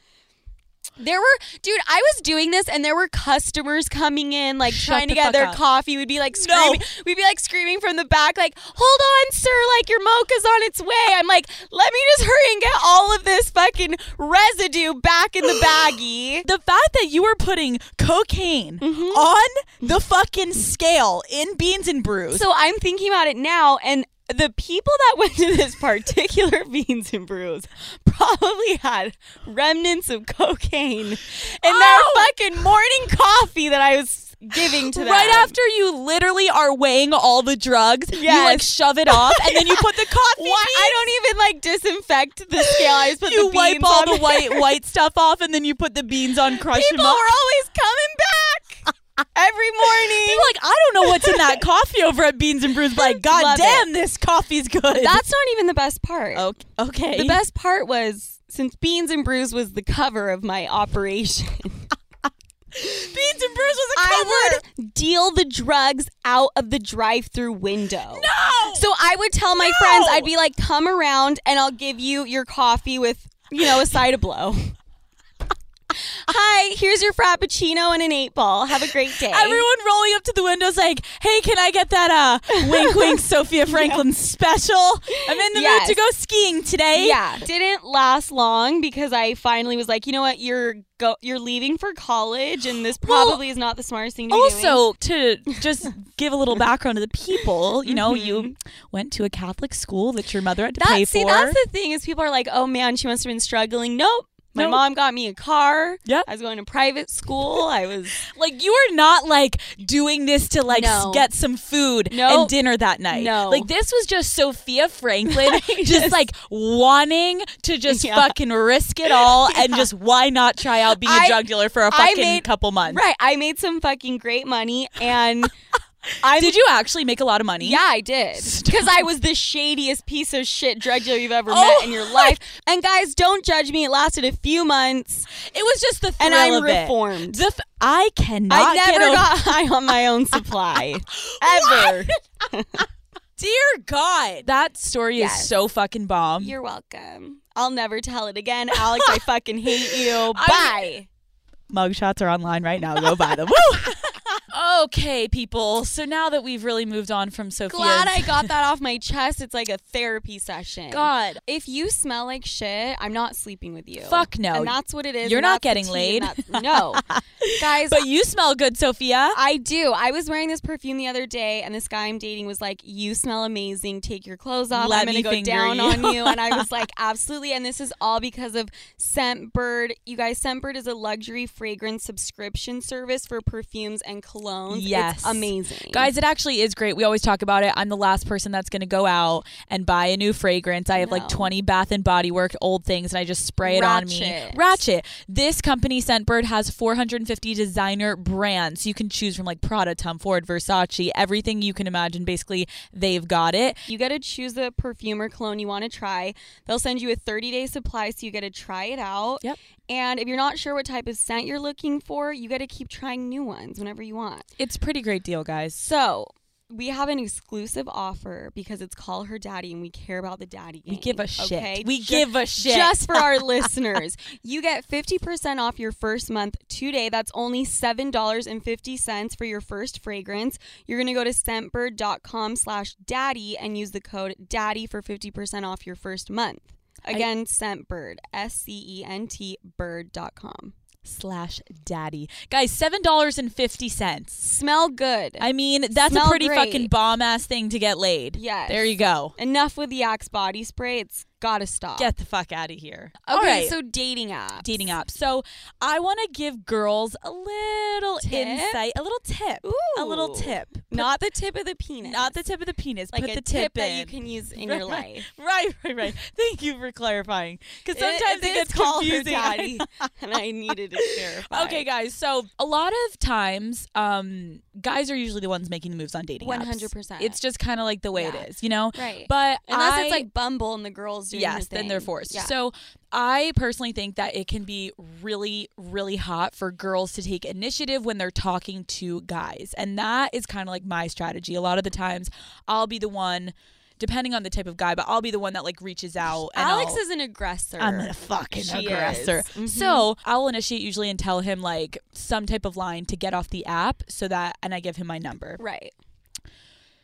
There were, dude, I was doing this and there were customers coming in, like
Shut
trying to
the
get
fuck
their
up.
coffee. We'd be like
No.
screaming. We'd be like screaming from the back, like, hold on, sir, like your mocha's on its way. I'm like, let me just hurry and get all of this fucking residue back in the baggie.
The fact that you were putting cocaine on the fucking scale in beans and brews.
So I'm thinking about it now, and the people that *laughs* went to this particular *laughs* beans and brews probably had remnants of cocaine in
Oh!
their fucking morning coffee that I was giving to them.
Right after you literally are weighing all the drugs, you like
Yes.
shove it off and then you put *laughs* the coffee.
Why- I don't even like disinfect the scale. I just put
you
the beans
wipe all
on
the *laughs*
there.
white white stuff off and then you put the beans on, crush
*laughs* People
them
were
up.
always coming back every morning.
People are like, I don't know what's in that coffee over at Beans and Brews. but, Like, *laughs*
Love
God damn, this coffee's good.
*laughs* That's not even the best part.
*laughs* okay. okay.
The best part was since Beans and Brews was the cover of my operation.
Beans and Brews was a cover.
I would deal the drugs out of the drive-through window.
No.
So I would tell my
No!
friends, I'd be like, "Come around,
*laughs*
and I'll give you your coffee with, you know, a side of blow." Hi, right, here's your frappuccino and an eight ball. Have a great day.
Everyone rolling up to the windows like, hey, can I
*laughs*
get that uh wink wink Sophia Franklin special? I'm in the
Yes.
mood to go skiing today.
yeah, didn't last long because I finally was like, you know what, you're go, you're leaving for college, and this
Well,
probably is not the smartest thing to be doing.
Also, to just give a little background to the people,
*laughs*
you know, you went to a Catholic school that your mother had to pay
Mm-hmm. That, see,
for.
that's the thing is people are like, oh man, she must have been struggling. Nope. My
Nope.
mom got me a car.
Yep.
I was going to private school. I
*laughs*
was
Like you are not like doing this to like s-
No.
get some food
No.
and dinner that night.
No.
like this was just
*laughs*
Sophia Franklin just
Yes.
like wanting to just
Yeah.
fucking risk
*laughs*
it all and just why not try out being a
I-
drug dealer for a
I
fucking
made-
couple months.
right. I made some fucking great money,
*laughs*
and I
Did you actually make a lot of money?
Yeah, I did. Because I was the shadiest piece of shit drug dealer you've
Oh
ever met in your life. And guys, don't judge me. It lasted a few months,
it was just the thrill
and I'm
of it.
reformed.
The f- I cannot.
I
get
never
over- *laughs*
got high on my own supply ever.
Dear God, that story is
Yes.
so fucking bomb.
You're welcome. I'll never tell it again, Alex. I fucking hate
*laughs*
you.
I-
Bye.
mugshots are online right now. Go buy them. *laughs* Woo! okay, people. So now that we've really moved on from Sophia,
Glad I got
*laughs*
that off my chest. It's like a therapy session.
God.
If you smell like shit, I'm not sleeping with you.
Fuck no.
And that's what it is.
You're
and
not
that's the
getting
tea, and
laid.
that's-
*laughs*
No. Guys,
But you smell good, Sophia.
I do. I was wearing this perfume the other day, and this guy I'm dating was like, "You smell amazing. Take your clothes off.
Let
I'm gonna
me
go
finger
down
you."
on you." And
*laughs*
I was like, "Absolutely." And this is all because of Scentbird. You guys, Scentbird is a luxury fragrance subscription service for perfumes and colognes.
Yes.
it's amazing,
Guys, it actually is great. We always talk about it. I'm the last person that's going to go out and buy a new fragrance. I have like
No.
20 Bath and Body Work old things and I just spray it on me.
Ratchet.
Ratchet. This company Scentbird has 450 designer brands. You can choose from like Prada, Tom Ford, Versace, everything you can imagine. Basically, they've got it.
You get to choose the perfume or cologne you want to try. They'll send you a 30 day supply so you get to try it out.
Yep.
And if you're not sure what type of scent you're looking for, you get to keep trying new ones whenever you want.
It's a pretty great deal, guys.
So we have an exclusive offer because it's Call Her Daddy and we care about the daddy.
We
gang,
give a shit.
okay?
We
Ju-
give a shit.
Just for
*laughs*
our listeners, you get 50% off your first month today. That's only $7.50 for your first fragrance. You're going to go to scentbird.com slash daddy and use the code daddy for 50% off your first month. Again, scentbird, E S-C-E-N-T bird.com.
slash daddy. Guys, seven dollars and fifty cents.
Smell good.
I mean, that's a
Smell
pretty
great.
fucking bomb ass thing to get laid.
Yes.
There you go.
Enough with the Axe body spray. It's got to stop.
Get the fuck out of here.
Okay,
All right.
so dating apps.
dating apps. So I want to give girls a little
Tip?
insight, a little tip, a little
Ooh.
tip. Put-
Not the tip of the penis.
not the tip of the penis.
like
put
a
the
tip,
in.
that you can use in your life.
*laughs* Right, right, right. Thank you for clarifying. Because
It-
sometimes it,
is
gets
called her
confusing. *laughs*
daddy, and *laughs* I needed it clarified.
Okay, guys. So a lot of times, um, guys are usually the ones making the moves on dating. apps.
100%.
It's just kind of like the way
Yeah.
it is, you know.
right?
But
unless
I,
it's like Bumble and the girls doing
yes,
her thing.
then they're forced.
Yeah.
So I personally think that it can be really, really hot for girls to take initiative when they're talking to guys, and that is kind of like my strategy. A lot of the times, I'll be the one, depending on the type of guy, but I'll be the one that like reaches out. And
Alex
I'll-
is an aggressor.
I'm a fucking
She
aggressor.
is. Mhm.
So I'll initiate usually and tell him like some type of line to get off the app so that, and I give him my number.
right.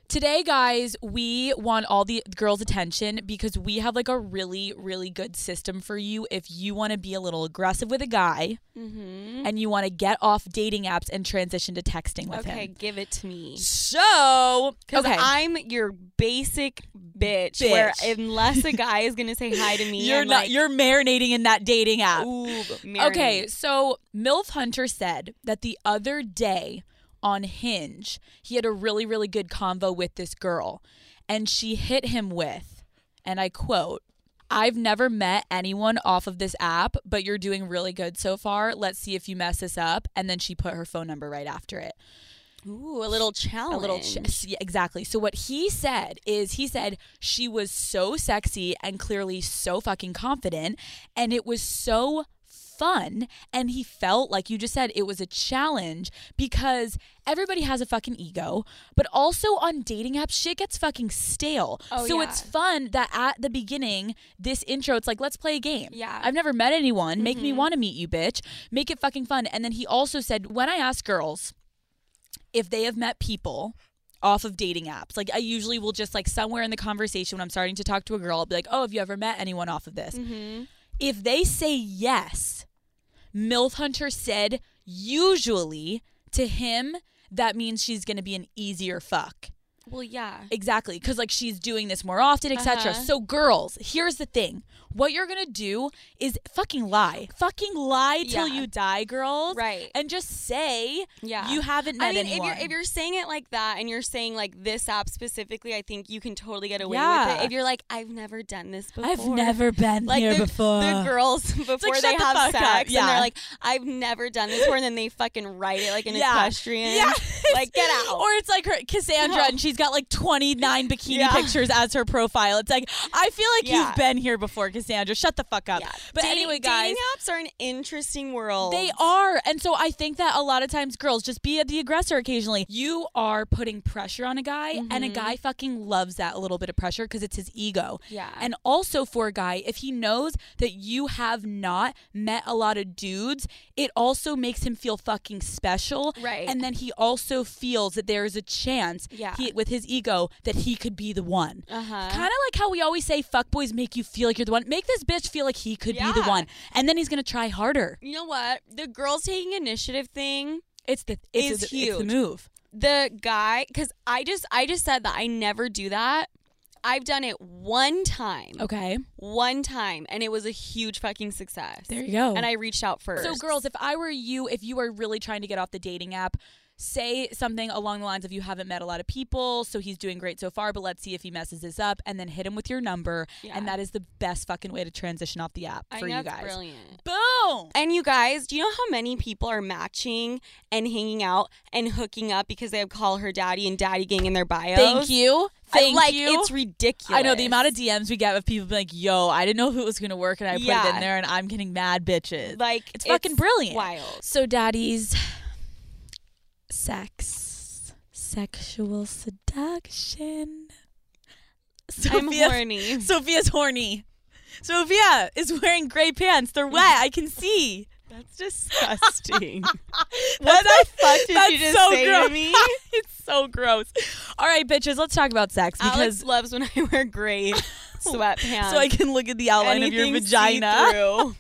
Today, guys, we want all the girls' attention because we have like a really, really good system for you if you want to be a little aggressive with a guy
Mm-hmm.
and you want to get off dating apps and transition to texting with
Okay,
him.
give it to me.
So,
Because
okay.
I'm your basic bitch, Where
Bitch.
unless a guy is gonna say *laughs* hi to me,
you're
I'm
not
Like,
you're marinating in that dating app.
Ooh,
Okay,
marinate.
so MILF Hunter said that the other day on Hinge, he had a really, really good convo with this girl, and she hit him with, and I quote, I've never met anyone off of this app, but you're doing really good so far. Let's see if you mess this up. And then she put her phone number right after it.
Ooh, a little challenge.
A little chest. Yeah, exactly. So what he said is he said she was so sexy and clearly so fucking confident and it was so fun and he felt like you just said it was a challenge because everybody has a fucking ego, but also on dating apps shit gets fucking stale.
Oh,
so
yeah.
it's fun that at the beginning this intro it's like let's play a game.
Yeah. Mm-hmm.
I've never met anyone. Make me want to meet you, bitch. Make it fucking fun. And then he also said when I ask girls if they have met people off of dating apps. Like I usually will just like somewhere in the conversation when I'm starting to talk to a girl, I'll be like, "Oh, have you ever met anyone off of
Mm.
this?"
Mm-hmm.
If they say yes, MILF Hunter said usually to him that means she's going to be an easier fuck.
Well, yeah.
Exactly, because like she's doing this more often, etc.
Uh-huh.
So, girls, here's the thing: what you're gonna do is fucking lie, fucking lie till
Yeah.
you die, girls,
Right.
And just say
Yeah.
you haven't met
I mean, if
anyone.
you're if you're saying it like that, and you're saying like this app specifically, I think you can totally get away with
Yeah.
it. If you're like, I've never done this before.
I've never been
like
here
the,
before.
the girls *laughs* before they
shut the
have
fuck up.
sex, and
Yeah.
they're like, I've never done this before, and then they fucking write it like an
Yeah. *laughs*
equestrian.
Yes.
like get out.
Or it's like her Cassandra
No.
and she's got like 29 bikini
Yeah.
pictures as her profile. It's like I feel like
Yeah.
you've been here before, Cassandra. Shut the fuck up.
Yeah.
But
Dating-
anyway, guys,
dating apps are an interesting world.
they are. And so I think that a lot of times girls just be the aggressor occasionally. You are putting pressure on a guy and a
Mm-hmm.
guy fucking loves that little bit of pressure cuz it's his ego.
Yeah.
And also for a guy, if he knows that you have not met a lot of dudes, it also makes him feel fucking special.
Right.
And then he also feels that there is a chance
Yeah.
he, with his ego that he could be the one.
Uh huh.
Kind of like how we always say fuckboys make you feel like you're the one. Make this bitch feel like he could be the
Yeah.
one. And then he's going to try harder.
You know what? The girls taking initiative thing.
It's the it's,
Is
the- it's the
huge.
move.
the guy because i just i just said that i never do that i've done it one time
Okay.
one time and it was a huge fucking success
There you go.
and i reached out first
So, girls, if I were you, if you are really trying to get off the dating app, say something along the lines of you haven't met a lot of people, so he's doing great so far, but let's see if he messes this up, and then hit him with your number.
Yeah.
And that is the best fucking way to transition off the app
I
for
think
you
that's
guys.
brilliant
Boom!
and you guys do you know how many people are matching and hanging out and hooking up because they have call her daddy and daddy gang in their bios
Thank
I-
you. Thank
like
you.
it's ridiculous
I know the amount of DMs we get with people being like, yo, I didn't know who it was going to work, and I put it
Yeah.
in there, and I'm getting mad bitches.
like
it's fucking brilliant. *laughs*
wild
So, daddies, sex, sexual seduction.
i'm
Sophia,
horny
*laughs* Sophia's horny. Sophia is wearing gray pants. They're wet. I
*laughs*
can see.
that's disgusting
What
the fuck did you just say to
gross.
me?
*laughs* it's so gross. All right, bitches, let's talk about sex *laughs* because
Alex loves when I wear
*laughs*
gray sweatpants.
so I can look at the outline of your
Anything *laughs*
vagina.
see-through.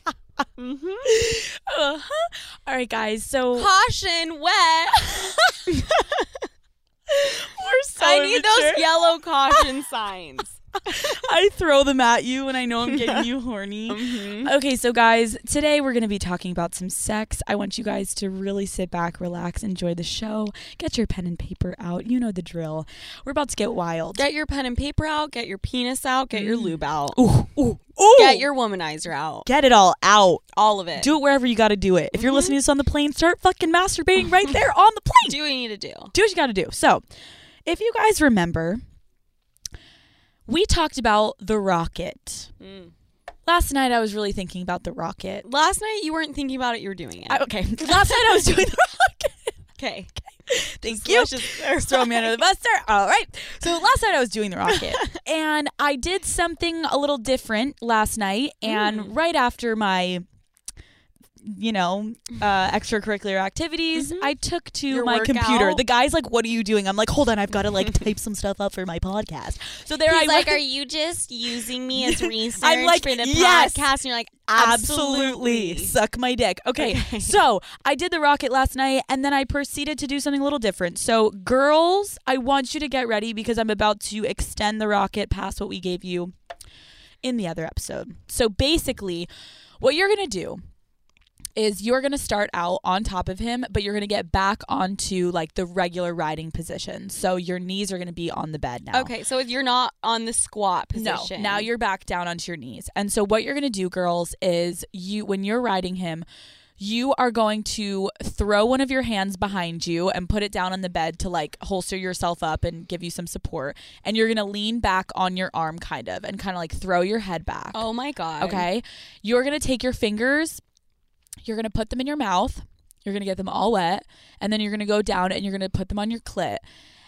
Uh-huh. *laughs* All right, guys.
*laughs*
So
Caution, wet.
we're so
I need
immature.
those yellow caution signs.
I throw them at you when I know I'm getting you horny.
Mm-hmm.
Okay, so guys, today we're going to be talking about some sex. I want you guys to really sit back, relax, enjoy the show. Get your pen and paper out. You know the drill. We're about to get wild.
*laughs* Get your pen and paper out. Get your penis out. Get your lube out.
Ooh, ooh, ooh.
Get your womanizer out.
Get it all out.
All of it.
Do it wherever you got to do it.
Mm-hmm.
If you're listening to this on the plane, start fucking masturbating right there on the plane.
Do what you need to do.
do what you got to do. So, if you guys remember, we talked about the rocket.
Mm.
Last night I was really thinking about the rocket.
Last night you weren't thinking about it. You were doing it.
I- okay. *laughs* Last night I was doing the *laughs* rocket.
*laughs* okay.
Thank
So
you.
let's just clarify.
Throw me under the bus there. All right. So last night I was doing the *laughs* rocket and I did something a little different last night. And right after my, you know, uh, extracurricular activities, I took to
Your
my computer.
workout.
The guy's like, What are you doing? I'm like, Hold on. I've got to *laughs* like type some stuff up for my podcast. So there I
He's like,
went.
are you just using me *laughs* as research
like,
for the
yes.
podcast? And you're like,
Absolutely. Suck my dick. Okay.
Okay. *laughs*
So I did the rocket last night and then I proceeded to do something a little different. So, girls, I want you to get ready because I'm about to extend the rocket past what we gave you in the other episode. So, basically, what you're going to do is you're going to start out on top of him, but you're going to get back onto like the regular riding position. So, your knees are going to be on the bed now.
Okay, so you're not on the squat position.
No, now you're back down onto your knees. And so what you're going to do, girls, is you when you're riding him, you are going to throw one of your hands behind you and put it down on the bed to like holster yourself up and give you some support. And you're going to lean back on your arm kind of and kind of like throw your head back.
Oh my god.
Okay. You're going to take your fingers You're going to put them in your mouth. You're going to get them all wet. And then you're going to go down and you're going to put them on your clit.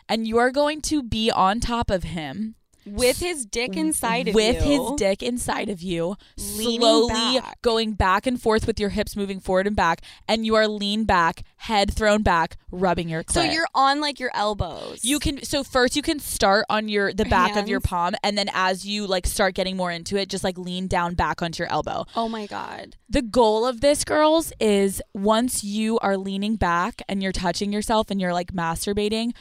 And you are going to be on top of him
with his dick inside of
Mm-hmm. with
you.
his dick inside of you,
Leaning
slowly
back.
going back and forth with your hips moving forward and back. And you are lean back, head thrown back, rubbing your clit.
So you're on like your elbows.
You can so first you can start on your the back of your
Hands.
palm and then as you like start getting more into it just like lean down back onto your elbow.
Oh my god.
The goal of this girls is once you are leaning back and you're touching yourself and you're like masturbating,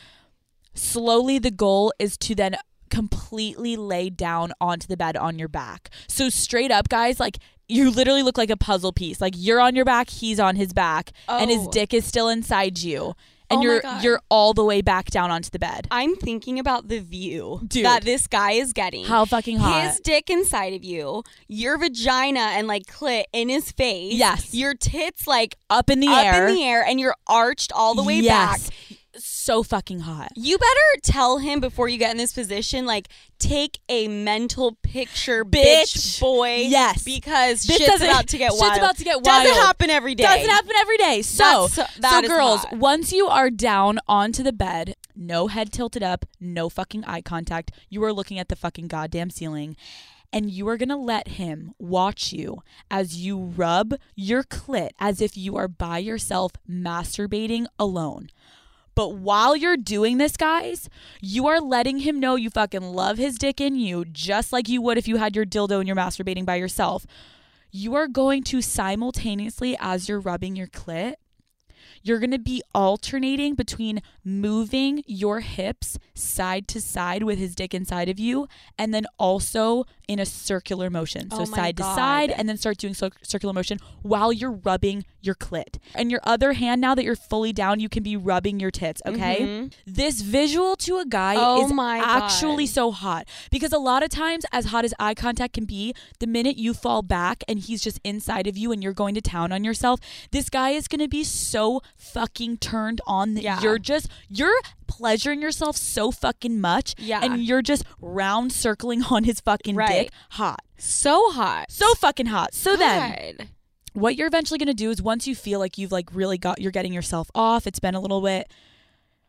slowly the goal is to then completely lay down onto the bed on your back. So straight up guys like you literally look like a puzzle piece. Like you're on your back, he's on his back, and his
Oh.
dick is still inside you.
Oh
And
my
you're
God.
you're all the way back down onto the bed.
I'm thinking about the view
Dude.
that this guy is getting.
How fucking hot.
His dick inside of you, your vagina and like clit in his face.
Yes.
Your tits like
up in the
up
air.
in the air and you're arched all the way back.
yes. So fucking hot.
You better tell him before you get in this position, like, take a mental picture, bitch,
Bitch.
boy.
Yes.
Because
This
shit's
doesn't-
about to get
*laughs* shit's
wild.
about to get
Doesn't
wild.
happen every day.
Doesn't happen every day. So,
That's so- that
so
is
girls,
hot.
once you are down onto the bed, no head tilted up, no fucking eye contact. You are looking at the fucking goddamn ceiling. And you are gonna let him watch you as you rub your clit as if you are by yourself masturbating alone. But while you're doing this, guys, you are letting him know you fucking love his dick in you, just like you would if you had your dildo and you're masturbating by yourself. You are going to simultaneously, as you're rubbing your clit, you're going to be alternating between moving your hips side to side with his dick inside of you and then also in a circular motion. So
Oh my
side to
God.
side and then start doing cir- circular motion while you're rubbing your clit. And your other hand now that you're fully down, you can be rubbing your tits, okay?
Mm-hmm.
This visual to a guy
Oh
is
my
actually
God.
so hot because a lot of times as hot as eye contact can be, the minute you fall back and he's just inside of you and you're going to town on yourself, this guy is going to be so fucking turned on that
Yeah.
you're just you're pleasuring yourself so fucking much
Yeah.
and you're just round circling on his fucking
Right.
dick. Hot.
So hot.
So fucking hot. So then
God.
what you're eventually going to do is once you feel like you've like really got you're getting yourself off it's been a little bit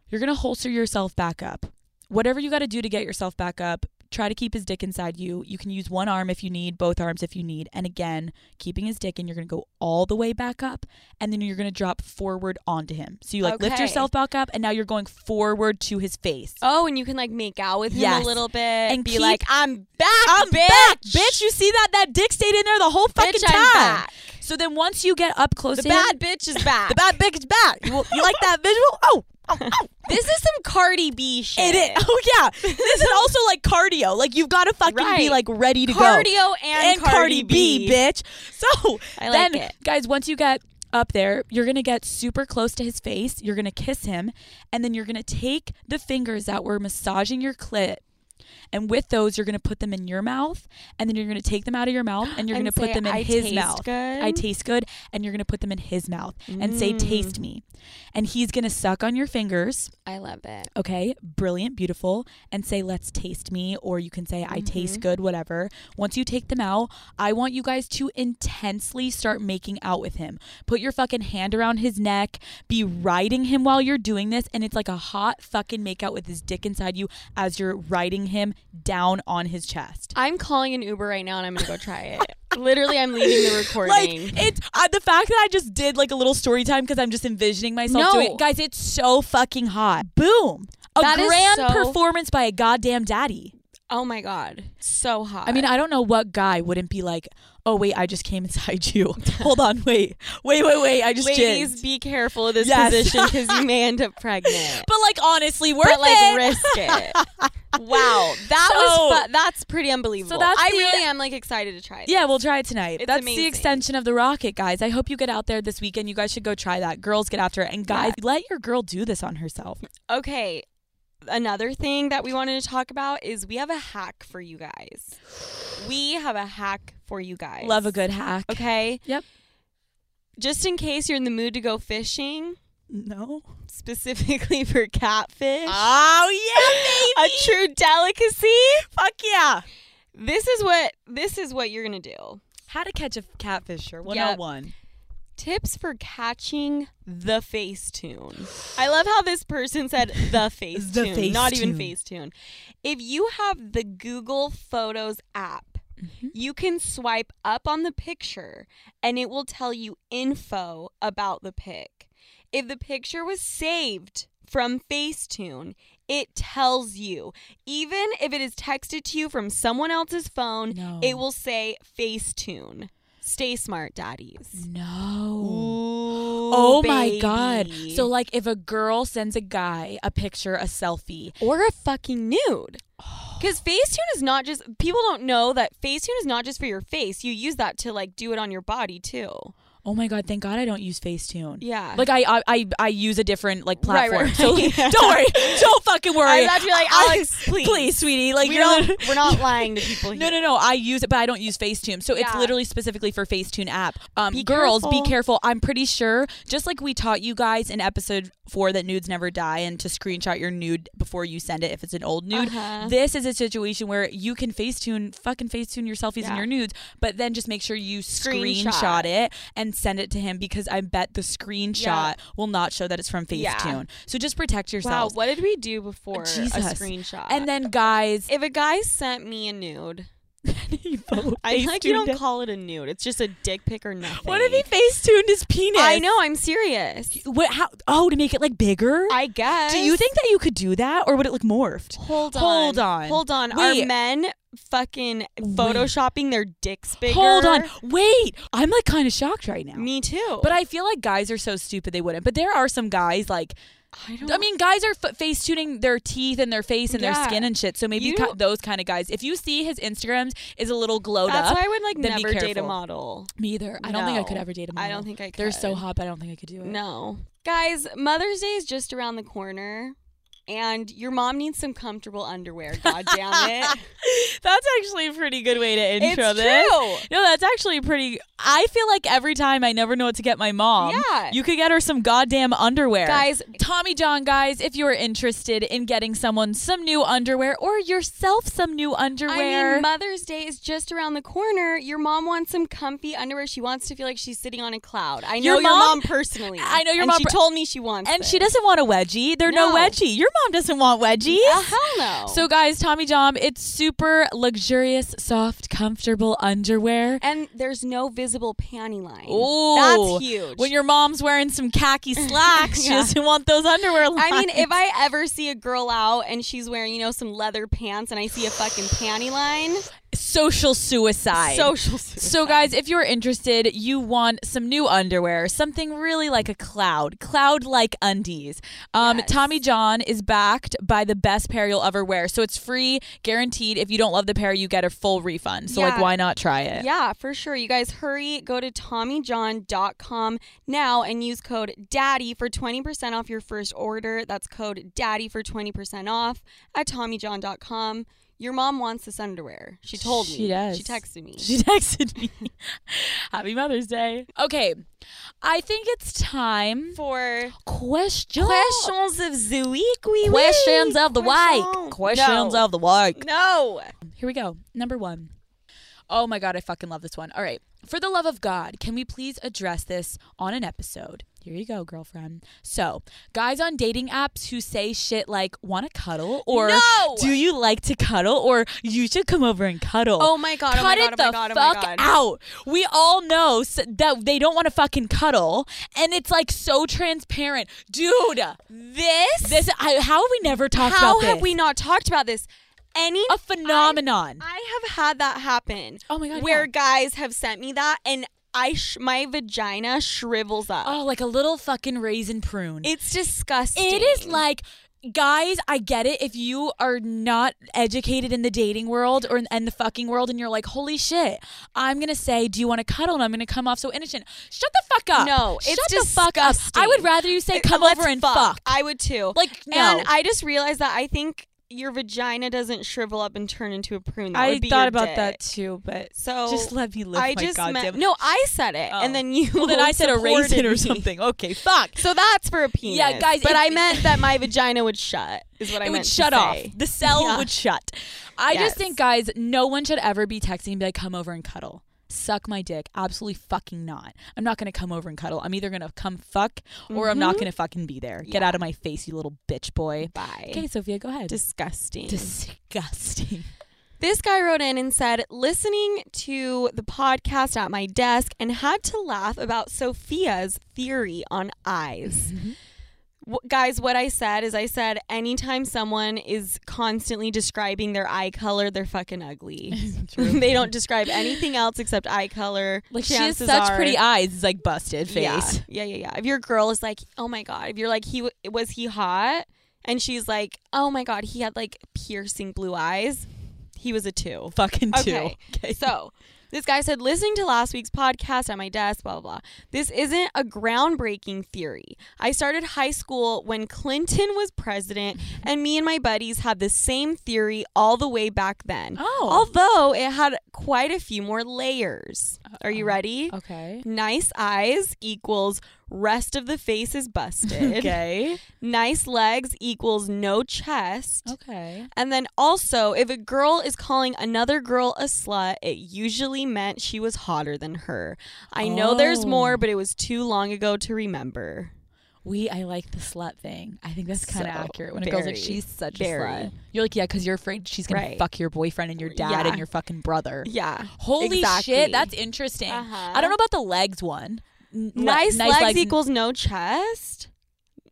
you're going to holster yourself back up whatever you got to do to get yourself back up try to keep his dick inside you you can use one arm if you need both arms if you need and again keeping his dick and you're going to go all the way back up and then you're going to drop forward onto him so you like lift
Okay.
yourself back up and now you're going forward to his face
Oh, and you can like make out with him
Yes.
a little bit
And
be
keep-
like, I'm back, bitch.
bitch you see that that dick stayed in there the whole fucking
Bitch, I'm
time
back.
so then once you get up close
The
to him-
bad bitch is back.
The bad bitch is back.
*laughs*
You, you like that visual? Oh, oh, oh.
this is some Cardi B shit. *laughs*
It is. Oh yeah. This is also like cardio. Like you've got to fucking be
Right.
like ready to go.
Cardio
And,
and,
Cardi, B, bitch. So
I like
then,
it.
guys, once you get up there, you're gonna get super close to his face. You're gonna kiss him, and then you're gonna take the fingers that were massaging your clit. And with those, you're gonna put them in your mouth, and then you're gonna take them out of your mouth, and you're
And
gonna put
say,
them in
"I
his
taste
mouth.
good."
I taste good, and you're gonna put them in his mouth and say, "Taste me," and he's gonna suck on your fingers
I love it.
okay, brilliant, beautiful, and say, let's taste me, or you can say, I taste good, whatever. Once you take them out, I want you guys to intensely start making out with him. Put your fucking hand around his neck, be riding him while you're doing this, and it's like a hot fucking make out with his dick inside you as you're riding him down on his chest.
I'm calling an Uber right now and I'm gonna go try it. Literally, I'm leaving the
*laughs* Like
recording.
it's uh, the fact that I just did like a little story time because I'm just envisioning myself
No.
doing it. Guys, it's so fucking hot. Boom. A
That is
grand
so-
performance by a goddamn daddy.
oh my god, so hot.
I mean, I don't know what guy wouldn't be like, oh, wait, I just came *laughs*
*laughs*
inside you. Hold on, wait. Wait, wait, wait. I just
ladies,
jizzed.
be careful of this
Yes.
position because
*laughs*
you may end up pregnant.
But, like, honestly, worth
but like,
it.
risk
*laughs*
it. wow, that was
So-
fu- that's pretty unbelievable.
that's
I
the-
really am like excited to try it.
yeah, we'll try it tonight.
It's
That's the
amazing.
extension of the rocket, guys. I hope you get out there this weekend. You guys should go try that. Girls, get after it. And, guys, let your girl do this on herself.
Okay. Another thing that we wanted to talk about is we have a hack for you guys. We have a hack for you guys.
Love a good hack.
Okay.
Yep.
Just in case you're in the mood to go fishing,
No.
specifically for catfish,
Ah. Oh,
*laughs* a true delicacy.
Fuck yeah.
This is what this is what you're gonna do. oh
How to catch a catfisher
Yep.
101.
Tips for catching the Facetune. I love how this person *laughs* said the Facetune,
The
not even
Facetune.
Facetune. If you have the Google Photos app, you can swipe up on the picture and it will tell you info about the pic. If the picture was saved from Facetune, it tells you. Even if it is texted to you from someone else's phone,
No.
it will say Facetune. Stay smart, daddies.
No.
Ooh,
Oh my god.
baby.
So like if a girl sends a guy a picture, a selfie.
or a fucking nude.
Oh.
Because Facetune is not just people don't know that Facetune is not just for your face. You use that to like do it on your body too.
Oh my god, thank god I don't use Facetune.
Yeah.
Like I I I, I use a different like
Right,
platform.
right, *laughs*
So
right.
don't worry. Don't fucking
I
worry.
was about to be like,
I-
Alex, please.
*laughs* please, sweetie. Like
we
you're
don't,
lit-
we're *laughs* not lying to people here.
No, no, no. I use it, but I don't use Facetune. So it's
Yeah.
literally specifically for Facetune app. Um,
Be
girls, be
careful.
careful. I'm pretty sure, just like we taught you guys in episode four that nudes never die and to screenshot your nude before you send it if it's an old nude.
Uh-huh.
This is a situation where you can Facetune, fucking Facetune your selfies and
Yeah.
your nudes, but then just make sure you screenshot,
Screenshot.
it and send it to him because I bet the screenshot will not show that it's from Facetune.
Yeah.
So just protect
Wow,
yourself.
what did we do before a
Jesus.
screenshot?
And then, guys, *laughs*
if a guy sent me a nude,
he both
I feel like you
Facetuned
don't
it.
call it a nude. It's just a dick pic or nothing.
What if he Facetuned his penis?
I know. I'm serious.
What? How? Oh, to make it like bigger.
I guess.
Do you think that you could do that, or would it look morphed?
Hold on.
Hold on.
Hold on.
Wait.
Are men fucking
Wait.
photoshopping their dicks bigger?
Hold on. Wait, I'm like kind of shocked right now.
Me too.
But I feel like guys are so stupid they wouldn't. But there are some guys like
I don't.
I mean, guys are f- face tuning their teeth and their face and their
Yeah.
skin and shit. So maybe
You-
ki- those kind of guys. If you see his Instagrams is a little glowed
that's
up.
why I would like
then be
never date a
careful.
model.
Me either. I don't think I
No.
could ever date a model.
I don't think I could.
They're so hot, but I don't think I could do
Mm.
it.
No. Guys, Mother's Day is just around the corner. And your mom needs some comfortable
*laughs*
underwear. God damn it.
That's actually a pretty good way to
it's
intro
true.
this. No, that's actually pretty. I feel like every time I never know what to get my mom.
Yeah.
You could get her some goddamn underwear.
Guys,
Tommy John, guys, if you're interested in getting someone some new underwear or yourself some new underwear.
I mean, Mother's Day is just around the corner. Your mom wants some comfy underwear. She wants to feel like she's sitting on a cloud. I know your
Your
mom,
mom-
personally.
I know your
and
mom
She
per-
told me she wants.
and
this.
she doesn't want a wedgie. There are no,
No.
wedgie. Your mom doesn't want wedgies.
Uh,
Oh,
hell no.
So, guys, Tommy John, it's super luxurious, soft, comfortable underwear.
and there's no visible panty line.
Ooh.
that's huge.
When your mom's wearing some
*laughs*
khaki slacks, she
Yeah.
doesn't want those underwear lines.
I mean, if I ever see a girl out and she's wearing, you know, some leather pants, and I see a fucking panty line,
Social suicide. *laughs*
social.
So, guys, if you're interested, you want some new underwear, something really like a cloud, cloud like undies. Um,
Yes.
Tommy John is backed by the best pair you'll ever wear. So, it's free, guaranteed. If you don't love the pair, you get a full refund. So, like,
Yeah.
why not try it?
Yeah, for sure. You guys hurry, go to TommyJohn.com now and use code DADDY for 20% off your first order. That's code DADDY for 20% off at TommyJohn.com. Your mom wants this underwear. She told me.
She does.
She texted me.
*laughs* She texted me. *laughs* Happy Mother's Day. Okay. I think it's time
for
question.
questions of the week, we
Questions of the
Question.
week. Questions
No.
of the week.
No.
Here we go. Number one. Oh my God, I fucking love this one. All right. For the love of God, can we please address this on an episode? Here you go, girlfriend. So, guys on dating apps who say shit like, wanna cuddle? Or,
No!
do you like to cuddle? Or, you should come over and cuddle.
Oh my god.
Cut
oh my god.
it
oh
the
my god. oh my
fuck
god.
out. We all know s- that they don't want to fucking cuddle, and it's like so transparent, dude.
This?
This, I, how have we never talked
How
about this?
have we not talked about this? Any
A phenomenon.
I have had that happen.
Oh my God,
Where
yeah.
guys have sent me that, and I sh- my vagina shrivels up.
Oh, like a little fucking raisin prune.
It's disgusting.
It is like, guys, I get it. If you are not educated in the dating world or in and the fucking world, and you're like, holy shit, I'm gonna say, do you want to cuddle? And I'm gonna come off so innocent. Shut the fuck up.
No,
shut
it's
the fuck up. I would
disgusting.
rather you say,
It-
come
let's
over and fuck.
I would too.
Like, no.
and I just realized that I think your vagina doesn't shrivel up and turn into a prune. That would be your dick.
too, but
So
let me live
I just meant no. I said it,
Oh.
and then you
Well, then I said
*laughs*
a
supported
raisin or
me.
something. Okay, fuck.
So that's for a penis.
*laughs* Yeah, guys,
But
if-
I meant that my vagina would shut. Is what I
it
meant
would
to
shut off.
say.
The cell
Yeah.
would shut. I
Yes.
just think, guys, no one should ever be texting and be like, come over and cuddle. suck my dick. Absolutely fucking not. I'm not going to come over and cuddle. I'm either going to come fuck or I'm not
Mhm.
going to fucking be there. Get
Yeah.
out of my face, you little bitch boy.
Bye.
Okay, Sophia, go ahead.
Disgusting.
Disgusting.
This guy wrote in and said, listening to the podcast at my desk and had to laugh about Sophia's theory on eyes.
Mm-hmm.
W- guys, what I said is I said, anytime someone is constantly describing their eye color, they're fucking ugly. *laughs* they don't describe anything else except eye color.
Like she has
Chances
such
are-
pretty eyes. It's like busted face. *laughs*
Yeah, yeah, yeah, yeah. If your girl is like, oh my god, if you're like, he w- was he hot, and she's like, oh my god, he had like piercing blue eyes. He was a two.
*laughs* Fucking two.
Okay. So this guy said, listening to last week's podcast at my desk, blah, blah, blah. This isn't a groundbreaking theory. I started high school when Clinton was president, and me and my buddies had the same theory all the way back then.
oh.
Although it had quite a few more layers. Are you
Uh-oh.
ready?
*laughs*
*laughs*
okay.
Nice eyes equals rest of the face is busted.
*laughs* Okay.
Nice legs equals no chest.
Oh. Okay.
And then also, if a girl is calling another girl a slut, it usually meant she was hotter than her. I know there's
Oh.
more, but it was too long ago to remember.
We, I like the slut thing. I think that's kind of
So,
accurate. When a girl's like,
very,
she's such
very.
a slut. You're like, yeah, because you're afraid she's going to
Right.
fuck your boyfriend and your dad
Yeah.
and your fucking brother.
Yeah.
Holy shit.
Exactly.
That's interesting.
Uh-huh.
I don't know about the legs one. N- le-
Nice, legs, equals no chest.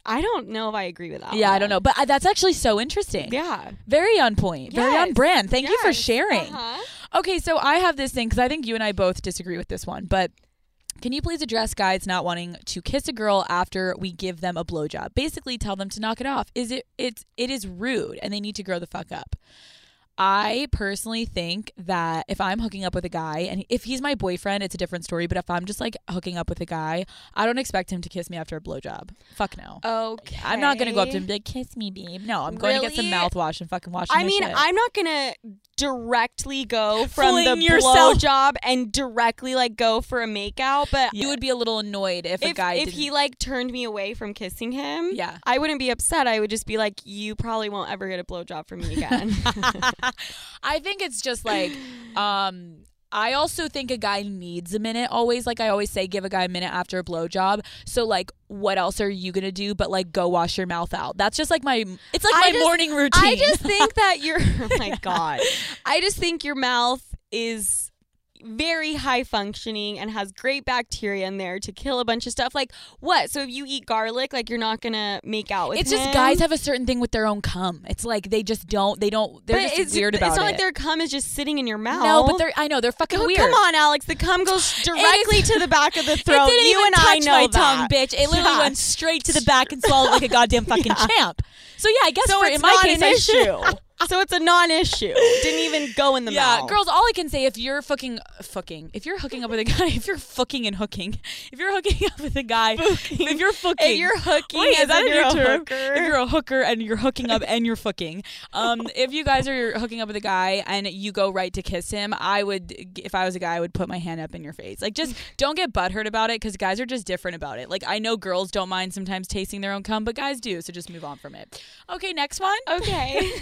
I don't know if I agree with that.
Yeah, I
one.
don't know. But I, that's actually so interesting.
Yeah.
Very on point. Very on
Yes.
brand. Thank you for
Yes.
sharing.
Uh-huh.
Okay, so I have this thing because I think you and I both disagree with this one, but can you please address guys not wanting to kiss a girl after we give them a blowjob? Basically, tell them to knock it off. Is it it's it is rude, and they need to grow the fuck up. I personally think that if I'm hooking up with a guy, and if he's my boyfriend, it's a different story. But if I'm just like hooking up with a guy, I don't expect him to kiss me after a blowjob. Fuck no.
Okay.
I'm not gonna go up to him and be like, "Kiss me, babe." No, I'm going to get some
Really?
mouthwash and fucking wash.
I
my
mean,
shit.
I'm not gonna directly
*laughs*
go from
Fling
the
yourself.
blow job and directly like go for a makeout, but
you would be a little annoyed if, a
if,
guy
if
didn't-
he like turned me away from kissing him, *laughs*
Yeah.
I wouldn't be upset. I would just be like, you probably won't ever get a blowjob from
*laughs*
me again.
I think it's just like, um, I also think a guy needs a minute always. Like I always say, give a guy a minute after a blowjob. So like, what else are you gonna do? But like, go wash your mouth out. That's just like my. It's like
I
my
just-
morning routine.
I just think that
*laughs*
your oh my god, I just think your mouth is very high functioning and has great bacteria in there to kill a bunch of stuff. Like what? So if you eat garlic, like you're not gonna make out with
It's just
him?
guys have a certain thing with their own cum. It's like they just don't. They don't. They're
But
just
it's,
weird
it's
about
not
it.
like their cum is just sitting in your mouth.
no, but they're. I know they're fucking
Oh,
weird.
Come on, Alex. The cum goes directly to the back of the throat.
*laughs* It didn't
you
even
and
touch
I know
my
that.
tongue, bitch. It literally
Yeah.
went straight to the back and swallowed like a goddamn fucking champ. So yeah, I
*laughs*
guess
So
for,
it's
in my
not
case,
an
I should- *laughs*
issue. *laughs* so it's a non-issue. Didn't even go in the
yeah,
mouth. *laughs*
girls. All I can say if you're fucking fucking, if you're hooking up with a guy, *laughs* if you're fucking and hooking, if you're hooking up with a guy, if you're fucking,
If
*laughs*
you're hooking,
Wait, is
as
that
in
a
you're
new term?
hooker.
if you're a hooker and you're hooking up and you're fucking, um, *laughs* if you guys are hooking up with a guy and you go right to kiss him, I would, if I was a guy, I would put my hand up in your face. Like, just don't get butthurt about it because guys are just different about it. Like, I know girls don't mind sometimes tasting their own cum, but guys do. So just move on from it. Okay, next one.
Uh, Okay. *laughs*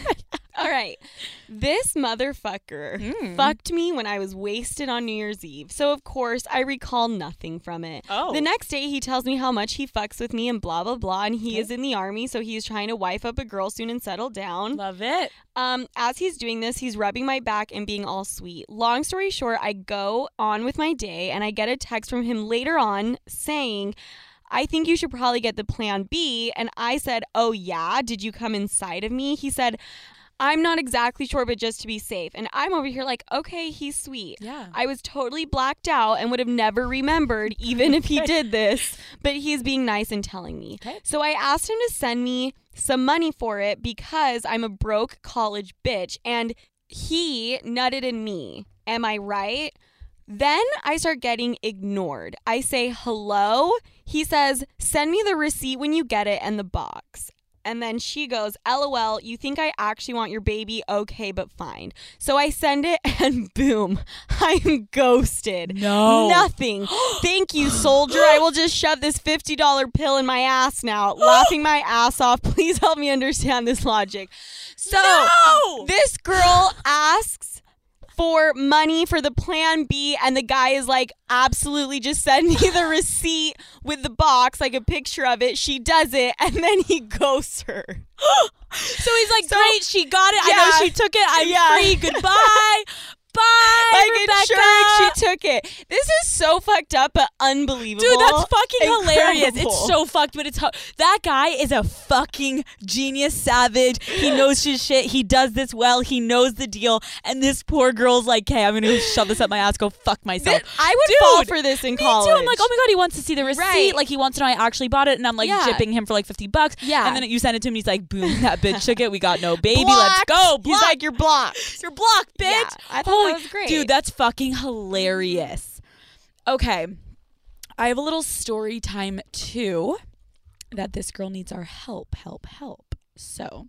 All right. This motherfucker
Hmm.
fucked me when I was wasted on New Year's Eve. So, of course, I recall nothing from it.
Oh.
The next day, he tells me how much he fucks with me and blah, blah, blah. And he is in the army, so he's trying to wife up a girl soon and settle down.
Love it.
Um, as he's doing this, he's rubbing my back and being all sweet. Long story short, I go on with my day and I get a text from him later on saying, I think you should probably get the plan B. And I said, Oh, yeah. Did you come inside of me? He said, I'm not exactly sure, but just to be safe. And I'm over here like, Okay, he's sweet.
Yeah.
I was totally blacked out and would have never remembered, even if he did this. But he's being nice and telling me.
Okay.
So I asked him to send me some money for it because I'm a broke college bitch and he nutted in me. Am I right? Then I start getting ignored. I say hello. He says, send me the receipt when you get it and the box. And then she goes, LOL, you think I actually want your baby? Okay, but fine. So I send it *laughs* and boom, I'm ghosted.
No.
Nothing. Thank you, soldier. I will just shove this $50 pill in my ass now, laughing my ass off. Please help me understand this logic. So
No!
this girl asks for money for the plan B. And the guy is like, absolutely just send me the receipt with the box, like a picture of it. She does it. And then he ghosts her.
So he's like, great, she got it. I know
Yeah.
she took it. I'm
Yeah.
free. Goodbye. Bye,
Like
Rebecca.
insurance, she took it. This is so fucked up, but unbelievable.
Dude, that's fucking hilarious. It's
Incredible.
so fucked, but it's ho- that guy is a fucking genius savage. He knows his shit. He does this well. He knows the deal. And this poor girl's like, "Hey, I'm gonna shove this up my ass. Go fuck myself."
Th- I would
Dude,
fall for this in
Me
college.
too. I'm like, oh my god, he wants to see the receipt.
Right.
Like he wants to know I actually bought it, and I'm like
Yeah.
jipping him for like fifty bucks.
Yeah.
And then you send it to him, and he's like, boom, that bitch took it. We
*laughs*
got no "Oh, baby. Let's go.
Blocked. He's
Blocked.
like, you're blocked.
*laughs* You're blocked, bitch.
Yeah, I thought
Holy-
that was great.
Dude, that's fucking hilarious. Okay. I have a little story time too that this girl needs our help, help, help. So,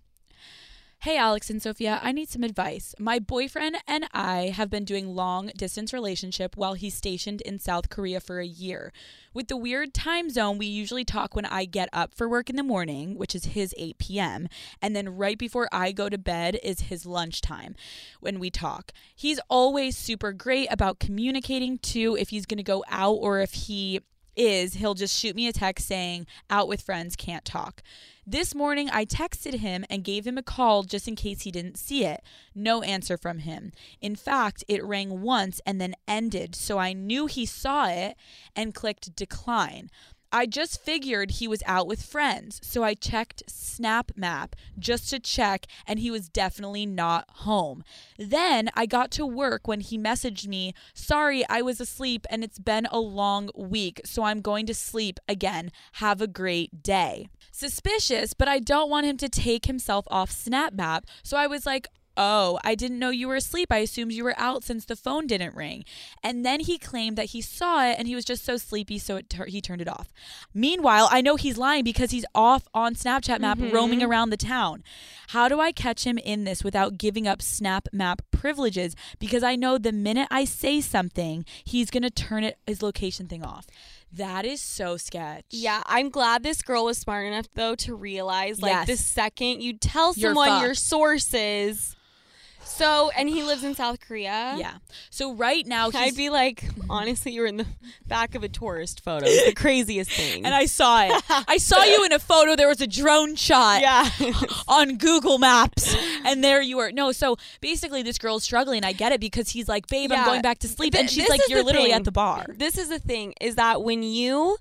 hey, Alex and Sophia, I need some advice. My boyfriend and I have been doing long distance relationship while he's stationed in South Korea for a year. With the weird time zone, we usually talk when I get up for work in the morning, which is his 8 p.m., and then right before I go to bed is his lunchtime when we talk. He's always super great about communicating too if he's going to go out or if he is he'll just shoot me a text saying out with friends can't talk this morning i texted him and gave him a call just in case he didn't see it no answer from him in fact it rang once and then ended so i knew he saw it and clicked decline I just figured he was out with friends, so I checked Snap Map just to check, and he was definitely not home. Then I got to work when he messaged me, Sorry, I was asleep, and it's been a long week, so I'm going to sleep again. Have a great day. Suspicious, but I don't want him to take himself off Snap Map, so I was like, Oh, I didn't know you were asleep. I assumed you were out since the phone didn't ring. And then he claimed that he saw it and he was just so sleepy, so it tur- he turned it off. Meanwhile, I know he's lying because he's off on Snapchat map roaming around the town. How do I catch him in this without giving up Snap map privileges? Because I know the minute I say something, he's going to turn it his location thing off. That is so sketch.
Yeah, I'm glad this girl was smart enough though to realize like
Yes.
the second you tell
You're
someone your
fucked.
sources. So, and he lives in South Korea.
Yeah. So right now, he's
I'd be like, honestly, you were in the back of a tourist photo. It's
*laughs*
the craziest thing.
and I saw *laughs* it. I saw you in a photo. There was a drone
*laughs*
shot *laughs*
yeah,
on Google Maps, and there you were. No, so basically, this girl's struggling. I get it because he's like, "Babe, I'm
Yeah.
going back to sleep," and
Th-
she's
this
like,
is
"You're
the
literally at
thing.
the bar."
this is the thing: is that when you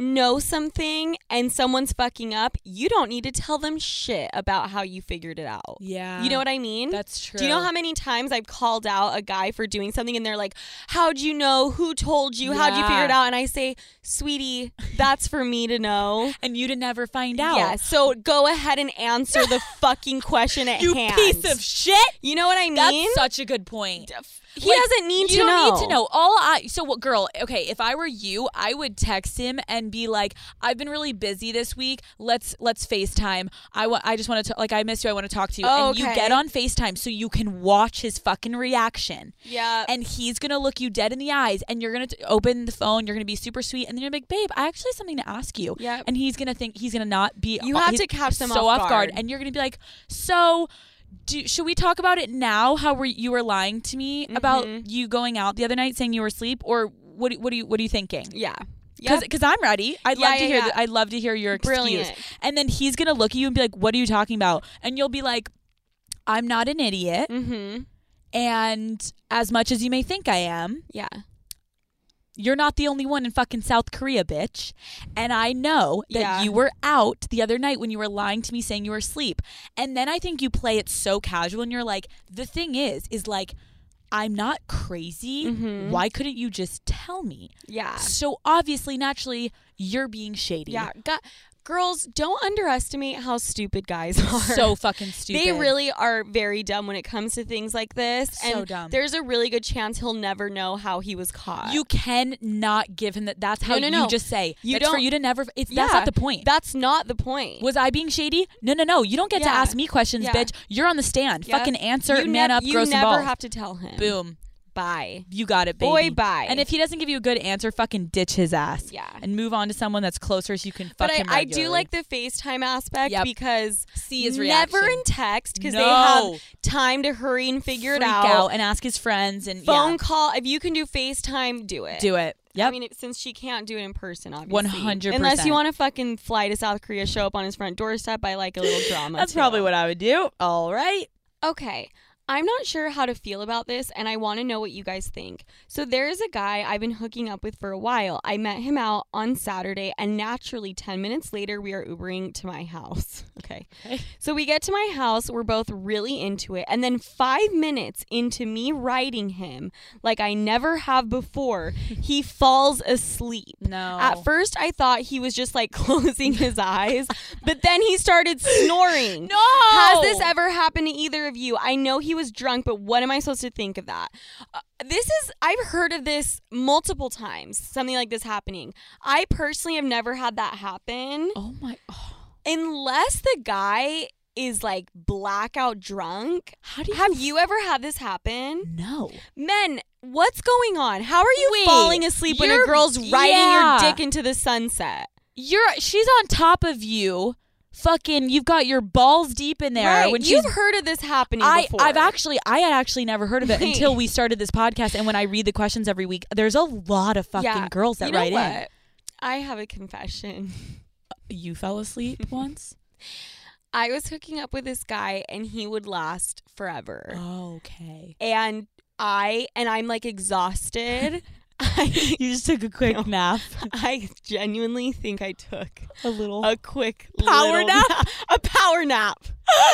know something and someone's fucking up, you don't need to tell them shit about how you figured it out.
Yeah,
You know what I mean?
That's true.
Do you know how many times I've called out a guy for doing something and they're like, How'd you know? Who told you? How'd you
Yeah.
figure it out? And I say, Sweetie, that's for me to
*laughs*
know.
And you'd never find out.
Yeah, so go ahead and answer
*laughs*
the fucking question at
you
hand.
piece of shit.
You know what I
That's
mean?
such a good point.
he
Like,
doesn't need
you
to
don't
know.
need to know. All I so what girl? Okay, if I were you, I would text him and be like, "I've been really busy this week. Let's let's FaceTime. I want. I just want to like I miss you. I want to talk to you.
Oh,
and you
okay.
get on FaceTime so you can watch his fucking reaction.
Yeah.
And he's gonna look you dead in the eyes, and you're gonna t- open the phone. You're gonna be super sweet, and then you're gonna be like, "Babe, I actually have something to ask you."
Yep.
And he's gonna think he's gonna not be.
You have
he's
to catch them
so
off
off guard.
guard.
and you're gonna be like, "So, do, should we talk about it now? How were you were lying to me about
Mm-hmm.
you going out the other night, saying you were asleep, or what? do- What are you What are you thinking?"
yeah.
Because
Yep.
I'm ready. I'd
Yeah,
love to
yeah,
hear.
yeah.
th- I'd love to hear your excuse.
Brilliant.
And then he's gonna look at you and be like, "What are you talking about?" And you'll be like, "I'm not an idiot,
Mm-hmm.
and as much as you may think I am."
Yeah.
you're not the only one in fucking South Korea, bitch. And I know that
Yeah.
you were out the other night when you were lying to me saying you were asleep. And then I think you play it so casual and you're like, the thing is, is like, I'm not crazy.
Mhm.
Why couldn't you just tell me?
Yeah.
So obviously, naturally, you're being shady.
Yeah. Gu- girls, don't underestimate how stupid guys *laughs* are.
*laughs* So fucking stupid.
They really are very dumb when it comes to things like this.
So
and
dumb.
There's a really good chance he'll never know how he was caught.
You cannot give him that. That's how
no,
you
no.
just say.
You
That's for
don't-
you to never. It's
Yeah,
that's not the point.
That's not the point.
Was I being shady? No, no, no. You don't get to
Yeah.
ask me questions,
Yeah.
bitch. You're on the stand.
Yep.
Fucking answer,
you
man
nev-
up,
You
gross
never
and bald.
have to tell him.
Boom.
bye.
You got it,
Boy,
baby.
bye.
And if he doesn't give you a good answer, fucking ditch his ass.
Yeah.
And move on to someone that's closer so you can fuck
But I,
him
I do
regularly.
like the FaceTime aspect
Yep.
because
see his
never
reaction.
in text because they
No.
have time to hurry and figure it
Freak
out.
and ask his friends and
Phone
yeah,
call. If you can do FaceTime, do it.
do it. Yep.
I mean, it- since she can't do it in person, obviously.
100%.
Unless you want to fucking fly to South Korea, show up on his front doorstep. I like a little drama.
*laughs* that's
too.
probably what I would do. All right.
Okay. I'm not sure how to feel about this, and I want to know what you guys think. So, there is a guy I've been hooking up with for a while. I met him out on Saturday, and naturally, 10 minutes later, we are Ubering to my house. *laughs* Okay.
Okay.
So, we get to my house, we're both really into it, and then five minutes into me riding him like I never have
*laughs*
before, he falls asleep.
No.
At first, I thought he was just like *laughs* closing his eyes, but then he started snoring.
*laughs* no.
Has this ever happened to either of you? I know he was drunk, but what am I supposed to think of that? Uh, this is, I've heard of this multiple times, something like this happening. I personally have never had that happen
Oh my. oh.
unless the guy is like blackout drunk.
How do you
Have you ever had this happen?
know?
Men, what's going on? How are you
Wait,
falling asleep when a
you're-
girl's riding
yeah.
your dick into the sunset?
You're she's on top of you. Fucking, you've got your balls deep in there.
right.
When she's
You've heard of this happening
I,
before.
I've actually, I had actually never heard *laughs* of it
Right.
until we started this podcast. And when I read the questions every week, there's a lot of fucking
Yeah.
girls that
you know
write
what? I have a confession.
in. You fell *laughs* asleep once.
I was hooking up with this guy and he would last forever.
okay.
And I and I'm like *laughs* exhausted. I
*laughs* You just took a quick
No.
nap,
I genuinely think I took
a little.
a quick
Power
little
nap?
*laughs* A power nap.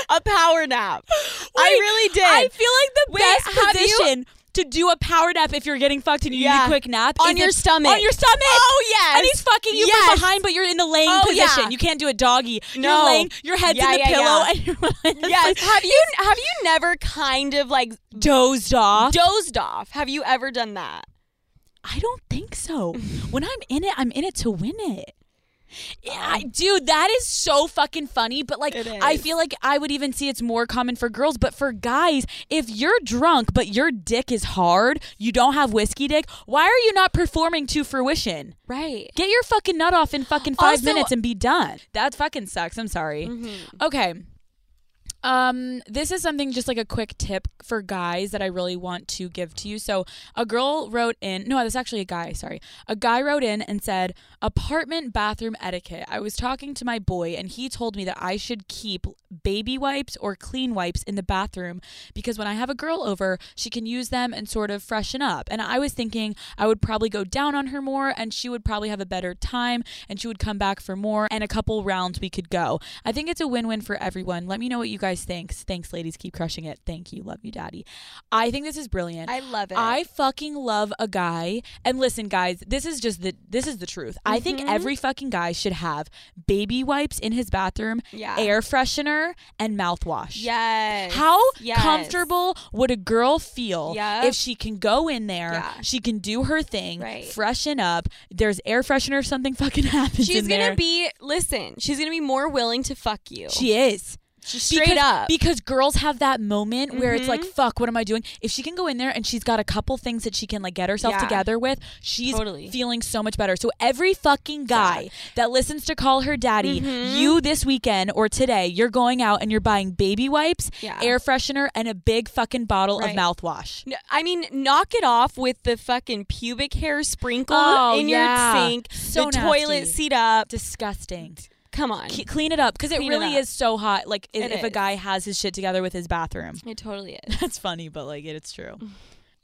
A power nap. I
Wait,
really did.
I feel like the
Wait,
best
have you-
position to do a power nap if you're getting fucked and you need
Yeah.
a quick nap
on
is
your
if-
stomach.
On your stomach.
Oh yes.
And he's fucking you
Yes.
from behind, but you're in the laying
Oh,
position.
yeah.
You can't do a doggy.
No.
You're laying. Your head's
Yeah,
in the
yeah, yeah.
pillow, and you're *laughs*
Yes. Have you have you never kind of like
dozed off.
dozed off? Have you ever done that?
I don't
*laughs*
think so. when I'm in it, I'm in it to win it. Yeah, I- dude, that is so fucking funny. But like,
Um, It
I
is.
feel like I would even see it's more common for girls. But for guys, if you're drunk but your dick is hard, you don't have whiskey dick. Why are you not performing to fruition?
Right.
Get your fucking nut off in fucking five
Also-
minutes and be done. Mm-hmm. That fucking sucks. I'm sorry. Okay. Um, this is something just like a quick tip for guys that I really want to give to you. So a girl wrote in no, that's actually a guy, sorry. A guy wrote in and said, Apartment bathroom etiquette. I was talking to my boy and he told me that I should keep baby wipes or clean wipes in the bathroom because when I have a girl over, she can use them and sort of freshen up. And I was thinking I would probably go down on her more and she would probably have a better time and she would come back for more and a couple rounds we could go. I think it's a win-win for everyone. Let me know what you guys think. Thanks ladies, keep crushing it. Thank you. Love you, daddy. I think this is brilliant.
I love it.
I fucking love a guy. And listen, guys, this is just the this is the truth. I think
Mhm.
every fucking guy should have baby wipes in his bathroom,
yeah.
air freshener, and mouthwash.
Yes.
How
Yes.
comfortable would a girl feel
Yep.
if she can go in there,
Yeah.
she can do her thing,
Right.
freshen up, there's air freshener, something *laughs* fucking happens.
She's
in
gonna
there.
be listen. She's gonna be more willing to fuck you.
She is.
straight
because,
up.
because girls have that moment where it's like
Mhm.
fuck what am i doing if she can go in there and she's got a couple things that she can like get herself
Yeah.
together with she's
Totally.
feeling so much better so every fucking guy that listens to call her daddy
Mhm.
you this weekend or today you're going out and you're buying baby wipes
Yeah.
air freshener and a big fucking bottle
Right.
of mouthwash
No, I mean, knock it off with the fucking pubic hair sprinkle
Oh,
in
yeah.
your sink,
So
the
nasty.
toilet seat up.
disgusting
Come on,
C- clean it up because it
Clean it
really
up.
is so hot like i-
It
if a
is.
guy has his shit together with his bathroom *laughs*
it totally *laughs* is.
that's funny but like it, it's true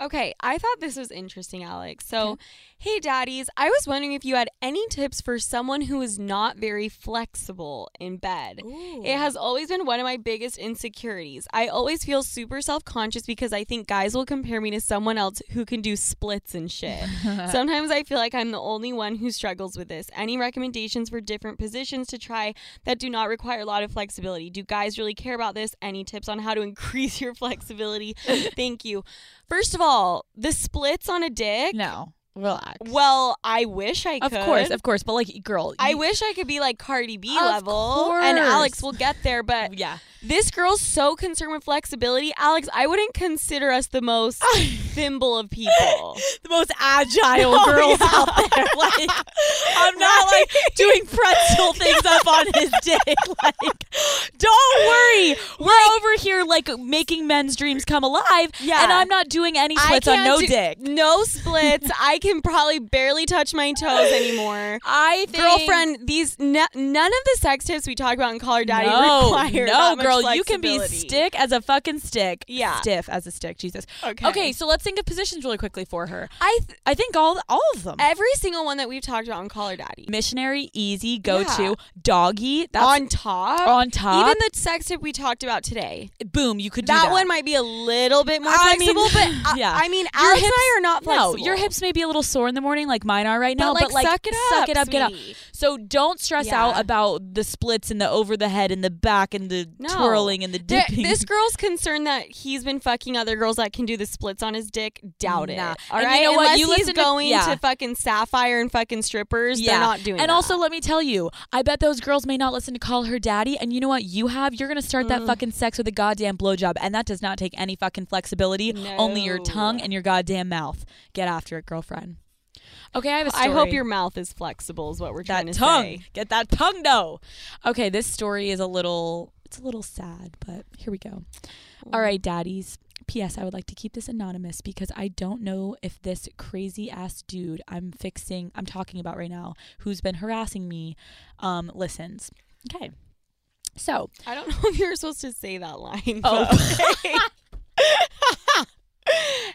Okay, I thought this was interesting, Alex. So,
Okay.
hey, daddies, I was wondering if you had any tips for someone who is not very flexible in bed. It has always been one of my biggest insecurities. I always feel super self conscious because I think guys will compare me to someone else who can do splits and
*laughs*
shit. Sometimes I feel like I'm the only one who struggles with this. Any recommendations for different positions to try that do not require a lot of flexibility? Do guys really care about this? Any tips on how to *laughs* increase your
*laughs*
flexibility? Thank you. First of all, the splits on a dick.
no relax
Well, I wish I
Of
could.
course, of course. But like, girl,
I
you-
wish I could be like Cardi B
Of
level, and
course.
Alex will get there. But
yeah.
*laughs* this girl's so concerned with flexibility. Alex, I wouldn't consider us the most thimble of *laughs* people.
the most agile
*laughs* Oh,
girls
yeah.
out there. *laughs* Like, I'm not like doing pretzel things up on his *laughs* dick. Like, don't worry, we're over here like making men's dreams come alive.
Yeah.
and I'm not doing any splits on
can't
no
do-
dick.
No *laughs* splits. I can probably barely touch my toes anymore.
I think
Girlfriend, these no, none of the sex tips we talk about in Call Her Daddy
no,
require
no,
that much
girl, you can be
flexibility.
stick as a fucking stick.
Yeah.
stiff as a stick. Jesus.
Okay.
Okay, so let's think of positions really quickly for her.
I th- Eh.
I think all all of them.
every single one that we've talked about on Call Her Daddy
Missionary, easy, go to,
Yeah.
doggy. That's
on top.
on top.
Even the sex tip we talked about today.
boom, you could do
That,
that.
one might be a little bit more
I mean-
flexible, *laughs* but I,
Yeah.
I mean,
Your
Alex and
hips-
I are not flexible.
No, your hips may be a little sore in the morning, like mine are right
But,
now.
like,
but like,
suck it up,
get up.
sweetie.
So don't stress
Yeah.
out about the splits and the over the head and the back and the
No.
twirling and the
Th- *laughs*
dipping. *laughs*
this girl's concerned that he's been fucking other girls that can do the splits on his dick. Doubt it.
Nah.
All
And you
right,
know what?
unless
You
he's
listen to-
going to,
yeah.
fucking Sapphire and fucking strippers,
yeah,
they're not doing.
and
that.
also let me tell you, I bet those girls may not listen to call her daddy. And you know what? You have you're gonna start
Mm.
that fucking sex with a goddamn blowjob, and that does not take any fucking flexibility. Only your
No.
tongue and your goddamn mouth. Get after it, girlfriend. Okay, I have a story.
I hope your mouth is flexible. Is what we're trying
that
to
tongue.
say.
Get that tongue though. Okay, this story is a little it's a little sad, but here we go. All right, daddies. P.S. I would like to keep this anonymous because I don't know if this crazy ass dude I'm fixing I'm talking about right now, who's been harassing me, um, listens. Okay. So
I don't *laughs* know if you're supposed to say that line.
Oh.
but okay.
*laughs*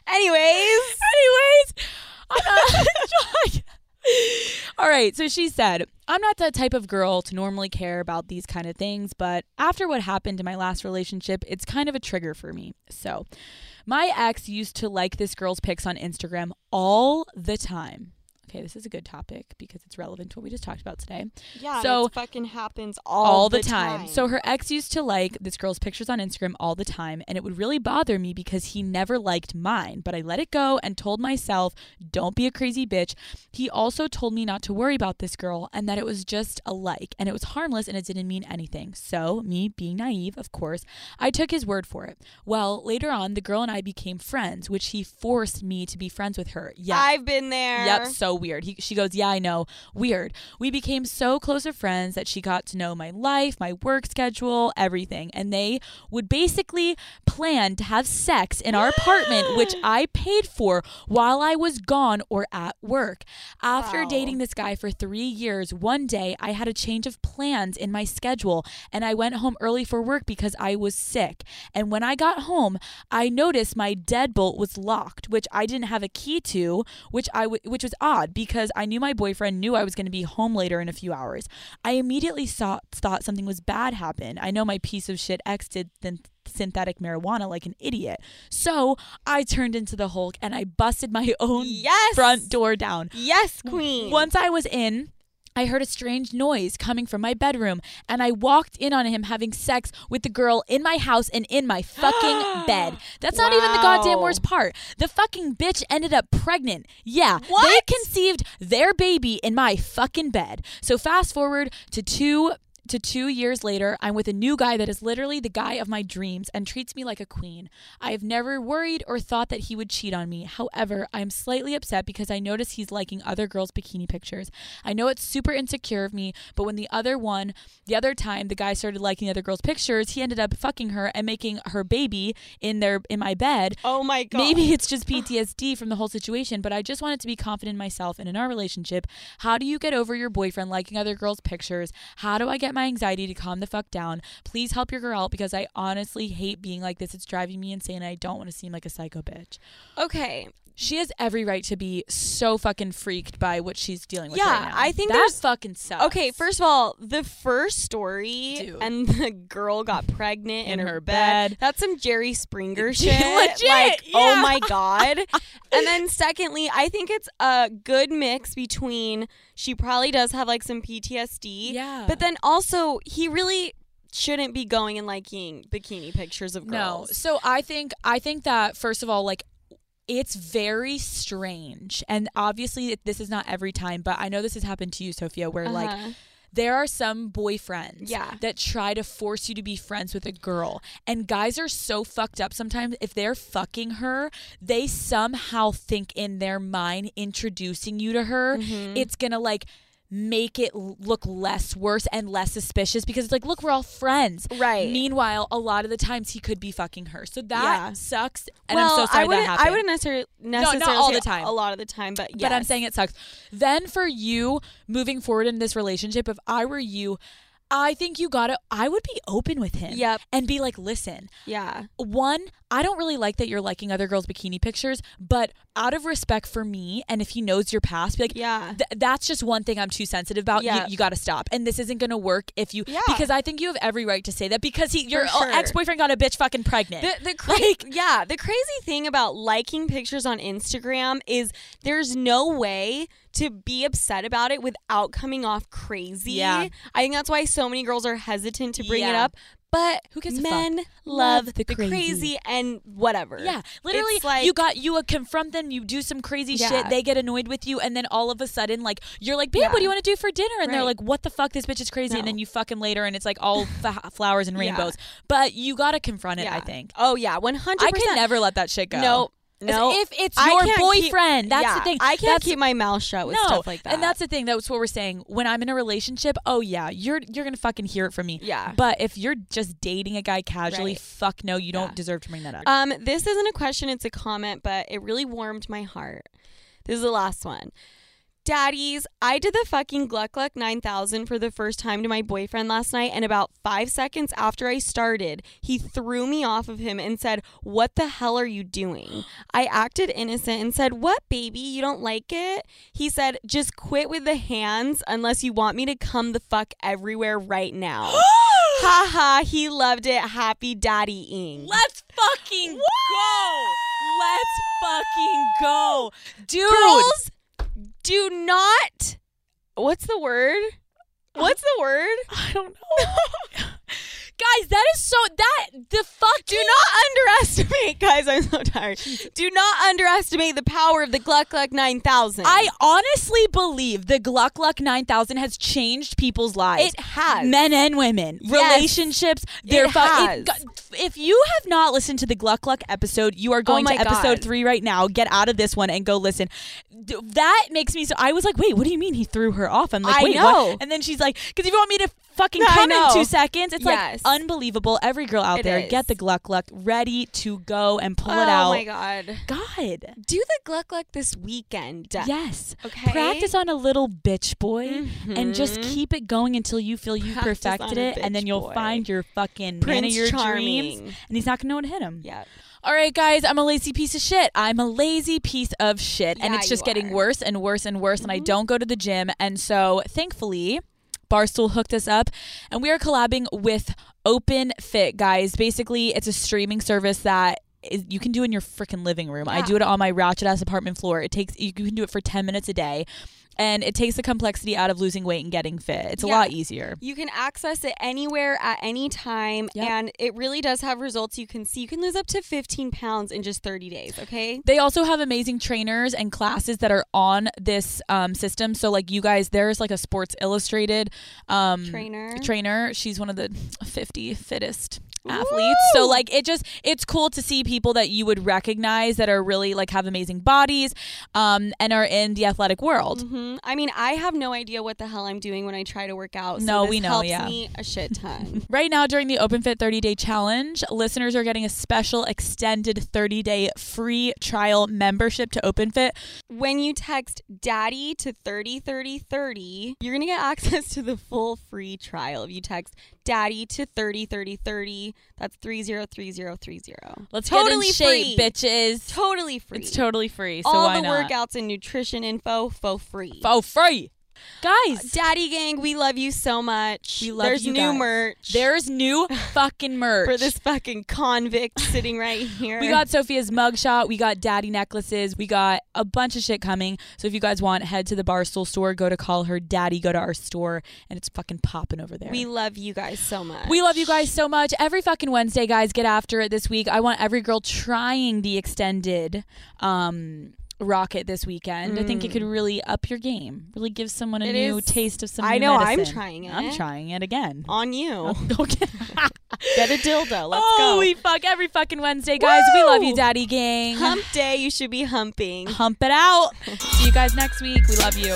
Anyways,
Anyways, *laughs* I'm not- All right, so she said, I'm not the type of girl to normally care about these kind of things, but after what happened in my last relationship, it's kind of a trigger for me. So, my ex used to like this girl's pics on Instagram all the time. Okay, this is a good topic because it's relevant to what we just talked about today
yeah,
So-
so fucking happens all,
all the, time. So her ex used to like this girl's pictures on Instagram all the time, and it would really bother me because he never liked mine. But I let it go and told myself, don't be a crazy bitch. He also told me not to worry about this girl and that it was just a like and it was harmless and it didn't mean anything. So, me being naive, of course, I took his word for it. Well, later on, the girl and I became friends, which he forced me to be friends with her. Yeah.
I've been there.
Yep, so weird. He, she goes, Yeah, I know. Weird. We became so close of friends that she got to know my life, my work schedule, everything. And they would basically plan to have sex in our apartment, which I paid for while I was gone or at work. After
Wow.
dating this guy for three years, one day I had a change of plans in my schedule and I went home early for work because I was sick. And when I got home, I noticed my deadbolt was locked, which I didn't have a key to, which I w- which was odd because I knew my boyfriend knew I was going to be home later in a few hours. I immediately saw- thought something was bad happened. I know my piece of shit ex did th- synthetic marijuana like an idiot. So I turned into the Hulk and I busted my own
Yes.
front door down.
Yes, queen.
Once I was in, I heard a strange noise coming from my bedroom, and I walked in on him having sex with the girl in my house and in
*gasps*
my fucking bed. That's not even the goddamn
Wow.
worst part. The fucking bitch ended up pregnant. Yeah,
What?
they conceived their baby in my fucking bed. So fast forward to two. To two years later, I'm with a new guy that is literally the guy of my dreams and treats me like a queen. I have never worried or thought that he would cheat on me. However, I'm slightly upset because I notice he's liking other girls' bikini pictures. I know it's super insecure of me, but when the other one, the other time the guy started liking the other girl's pictures, he ended up fucking her and making her baby in their in my bed.
oh my god.
Maybe it's just PTSD from the whole situation, but I just wanted to be confident in myself and in our relationship. How do you get over your boyfriend liking other girls' pictures? How do I get my anxiety to calm the fuck down? Please help your girl out because I honestly hate being like this. It's driving me insane. I don't want to seem like a psycho bitch.
Okay.
She has every right to be so fucking freaked by what she's dealing with.
Yeah,
right now.
I think
that
there's-
fucking sucks.
Okay, first of all, the first story
Dude.
and *laughs* the girl got pregnant in,
In
her,
her
bed.
bed.
That's some Jerry
*laughs*
Springer shit.
Legit,
like,
yeah.
oh my
*laughs*
god. and then secondly, I think it's a good mix between she probably does have like some PTSD.
Yeah.
But then also he really shouldn't be going and liking bikini pictures of
No.
girls.
So I think I think that first of all, like it's very strange, and obviously this is not every time, but I know this has happened to you, Sophia, where like
Uh-huh.
there are some boyfriends
Yeah.
that try to force you to be friends with a girl. And guys are so fucked up sometimes. If they're fucking her, they somehow think in their mind introducing you to her,
Mm-hmm.
it's gonna like make it l- look less worse and less suspicious because it's like, look, we're all friends.
Right.
Meanwhile, a lot of the times he could be fucking her. So that
Yeah.
sucks. And
well,
I'm so sorry
I
that
wouldn't.
happened.
I wouldn't necessarily necessarily
all
say
the time.
A lot of the time, but yes.
But I'm saying it sucks. Then for you moving forward in this relationship, if I were you, I think you gotta I would be open with him.
Yep.
And be like, listen,
yeah,
one, I don't really like that you're liking other girls' bikini pictures, but out of respect for me and if he knows your past, be like,
yeah,
Th- that's just one thing I'm too sensitive about.
Yeah.
You, you got to stop, and this isn't going to work if you.
Yeah.
Because I think you have every right to say that because he, your
sure.
ex boyfriend got a bitch fucking pregnant.
The,
*laughs*
the cra- yeah, the crazy thing about liking pictures on Instagram is there's no way to be upset about it without coming off crazy.
Yeah.
I think that's why so many girls are hesitant to bring it
Yeah.
up. But
Who gives a fuck?
men love, the, crazy. and whatever.
Yeah, literally,
It's like-
you got you uh, confront them. You do some crazy
Yeah.
shit. They get annoyed with you, and then all of a sudden, like you're like, "Babe, what do you want to do for dinner?" And they're
Right.
like, "What the fuck? This bitch is crazy."
No.
And then you fuck him later, and it's like all fa- *laughs* flowers and
Yeah.
rainbows. But you gotta confront it.
Yeah.
I think
Oh yeah, one hundred
I
percent.
can never let that shit go.
No,
It's-
no.
if it's
I
your
can't keep-
boyfriend, that's
yeah,
the thing.
I can't
That's-
keep my mouth shut with stuff like that.
And that's the thing. That's what we're saying. When I'm in a relationship, oh yeah, you're you're gonna fucking hear it from me.
Yeah.
But if you're just dating a guy casually,
Right.
fuck no, you
Yeah.
don't deserve to bring that up.
Um, this isn't a question, it's a comment, but it really warmed my heart. This is the last one. Daddies, I did the fucking Gluck Gluck 9000 for the first time to my boyfriend last night, and about five seconds after I started, he threw me off of him and said, What the hell are you doing? I acted innocent and said, What, baby? You don't like it? He said, Just quit with the hands unless you want me to come the fuck everywhere right now. ha ha, he loved it. Happy daddy ing.
Let's fucking go. Let's fucking go, dude.
girls do not what's the word what's the word
Uh, I don't know. *laughs* Guys, that is so that the fuck
do not underestimate *laughs* guys i'm so tired do not underestimate the power of the gluck gluck 9000
I honestly believe the Gluck Gluck 9000 has changed people's lives.
It has.
Men and women.
Yes.
Relationships. Their
It
fu-
has.
got- if you have not listened to the Gluck Gluck episode, you are going
Oh my
to episode
God.
three right now. Get out of this one and go listen. D- That makes me so. I was like, wait, what do you mean he threw her off? I'm like,
I
wait, what?"
know.
And then she's like, because if you want me to fucking
I
come in
know.
two seconds, it's
Yes.
like unbelievable. Every girl out
It
there,
is.
get the Gluck Gluck ready to go and pull
oh
it out.
my god
God.
do the gluck gluck this weekend
Yes.
Okay.
Practice on a little bitch boy and just
Mhm.
keep it going until you feel you've
Practice on
perfected
a
it and then
bitch
you'll
boy.
find your fucking man of
Prince
your
Charming.
dreams and he's not going to know what hit him.
yeah
All right guys, I'm a lazy piece of shit. I'm a lazy piece of shit and
Yeah,
it's just
you
getting
are. Mm-hmm.
worse and worse and worse and I don't go to the gym and so thankfully Barstool hooked us up and we are collabing with Open Fit, guys. Basically, it's a streaming service that is, you can do in your freaking living room. I
Yeah.
do it on my ratchet ass apartment floor. It takes you can do it for 10 minutes a day and it takes the complexity out of losing weight and getting fit. It's a
Yeah.
lot easier.
you can access it anywhere at any time
Yep.
and it really does have results you can see you can lose up to 15 pounds in just 30 days okay
They also have amazing trainers and classes that are on this um, system. So like you guys, there's like a Sports Illustrated um,
Trainer.
Trainer. She's one of the *laughs* 50 fittest athletes. So
Woo!
like it just it's cool to see people that you would recognize that are really like have amazing bodies um, and are in the athletic world.
hmm I mean, I have no idea what the hell I'm doing when I try to work out. So
No,
this
we know,
Helps
yeah.
me a
*laughs*
shit ton.
Right now, during the OpenFit 30 Day Challenge, listeners are getting a special extended 30 day free trial membership to OpenFit.
when you text "daddy" to thirty thirty thirty, you're gonna get *laughs* access to the full free trial. If you text "daddy" to thirty thirty thirty, that's three zero three zero three zero.
Let's
Totally
get in shape,
free.
bitches.
Totally free.
It's totally free. So
All
why
the
not?
workouts and nutrition info for free.
for free, guys.
Daddy gang, we love you so much.
We love
There's
you
new
guys.
merch.
There's
*laughs*
new fucking merch
for this fucking convict sitting right
*laughs*
here.
We got Sophia's mugshot. We got daddy necklaces. We got a bunch of shit coming. So if you guys want, head to the Barstool store. Go to call her daddy. Go to our store, and it's fucking popping over there.
We love you guys so much.
We love you guys so much. Every fucking Wednesday, guys, get after it this week. I want every girl trying the extended um rocket this weekend. I think it could really up your game, really give someone a
Mm. It
new
is-
taste of some.
I
new
know, I'm
medicine.
trying
I'm
it.
trying it again.
On you.
*laughs* Okay.
*laughs* Get a dildo. Let's
oh,
go.
we fuck every fucking Wednesday, guys. We love you,
Woo!
Daddy Gang.
Hump day. You should be humping. *laughs*
Hump it out. See you guys next week. We love you.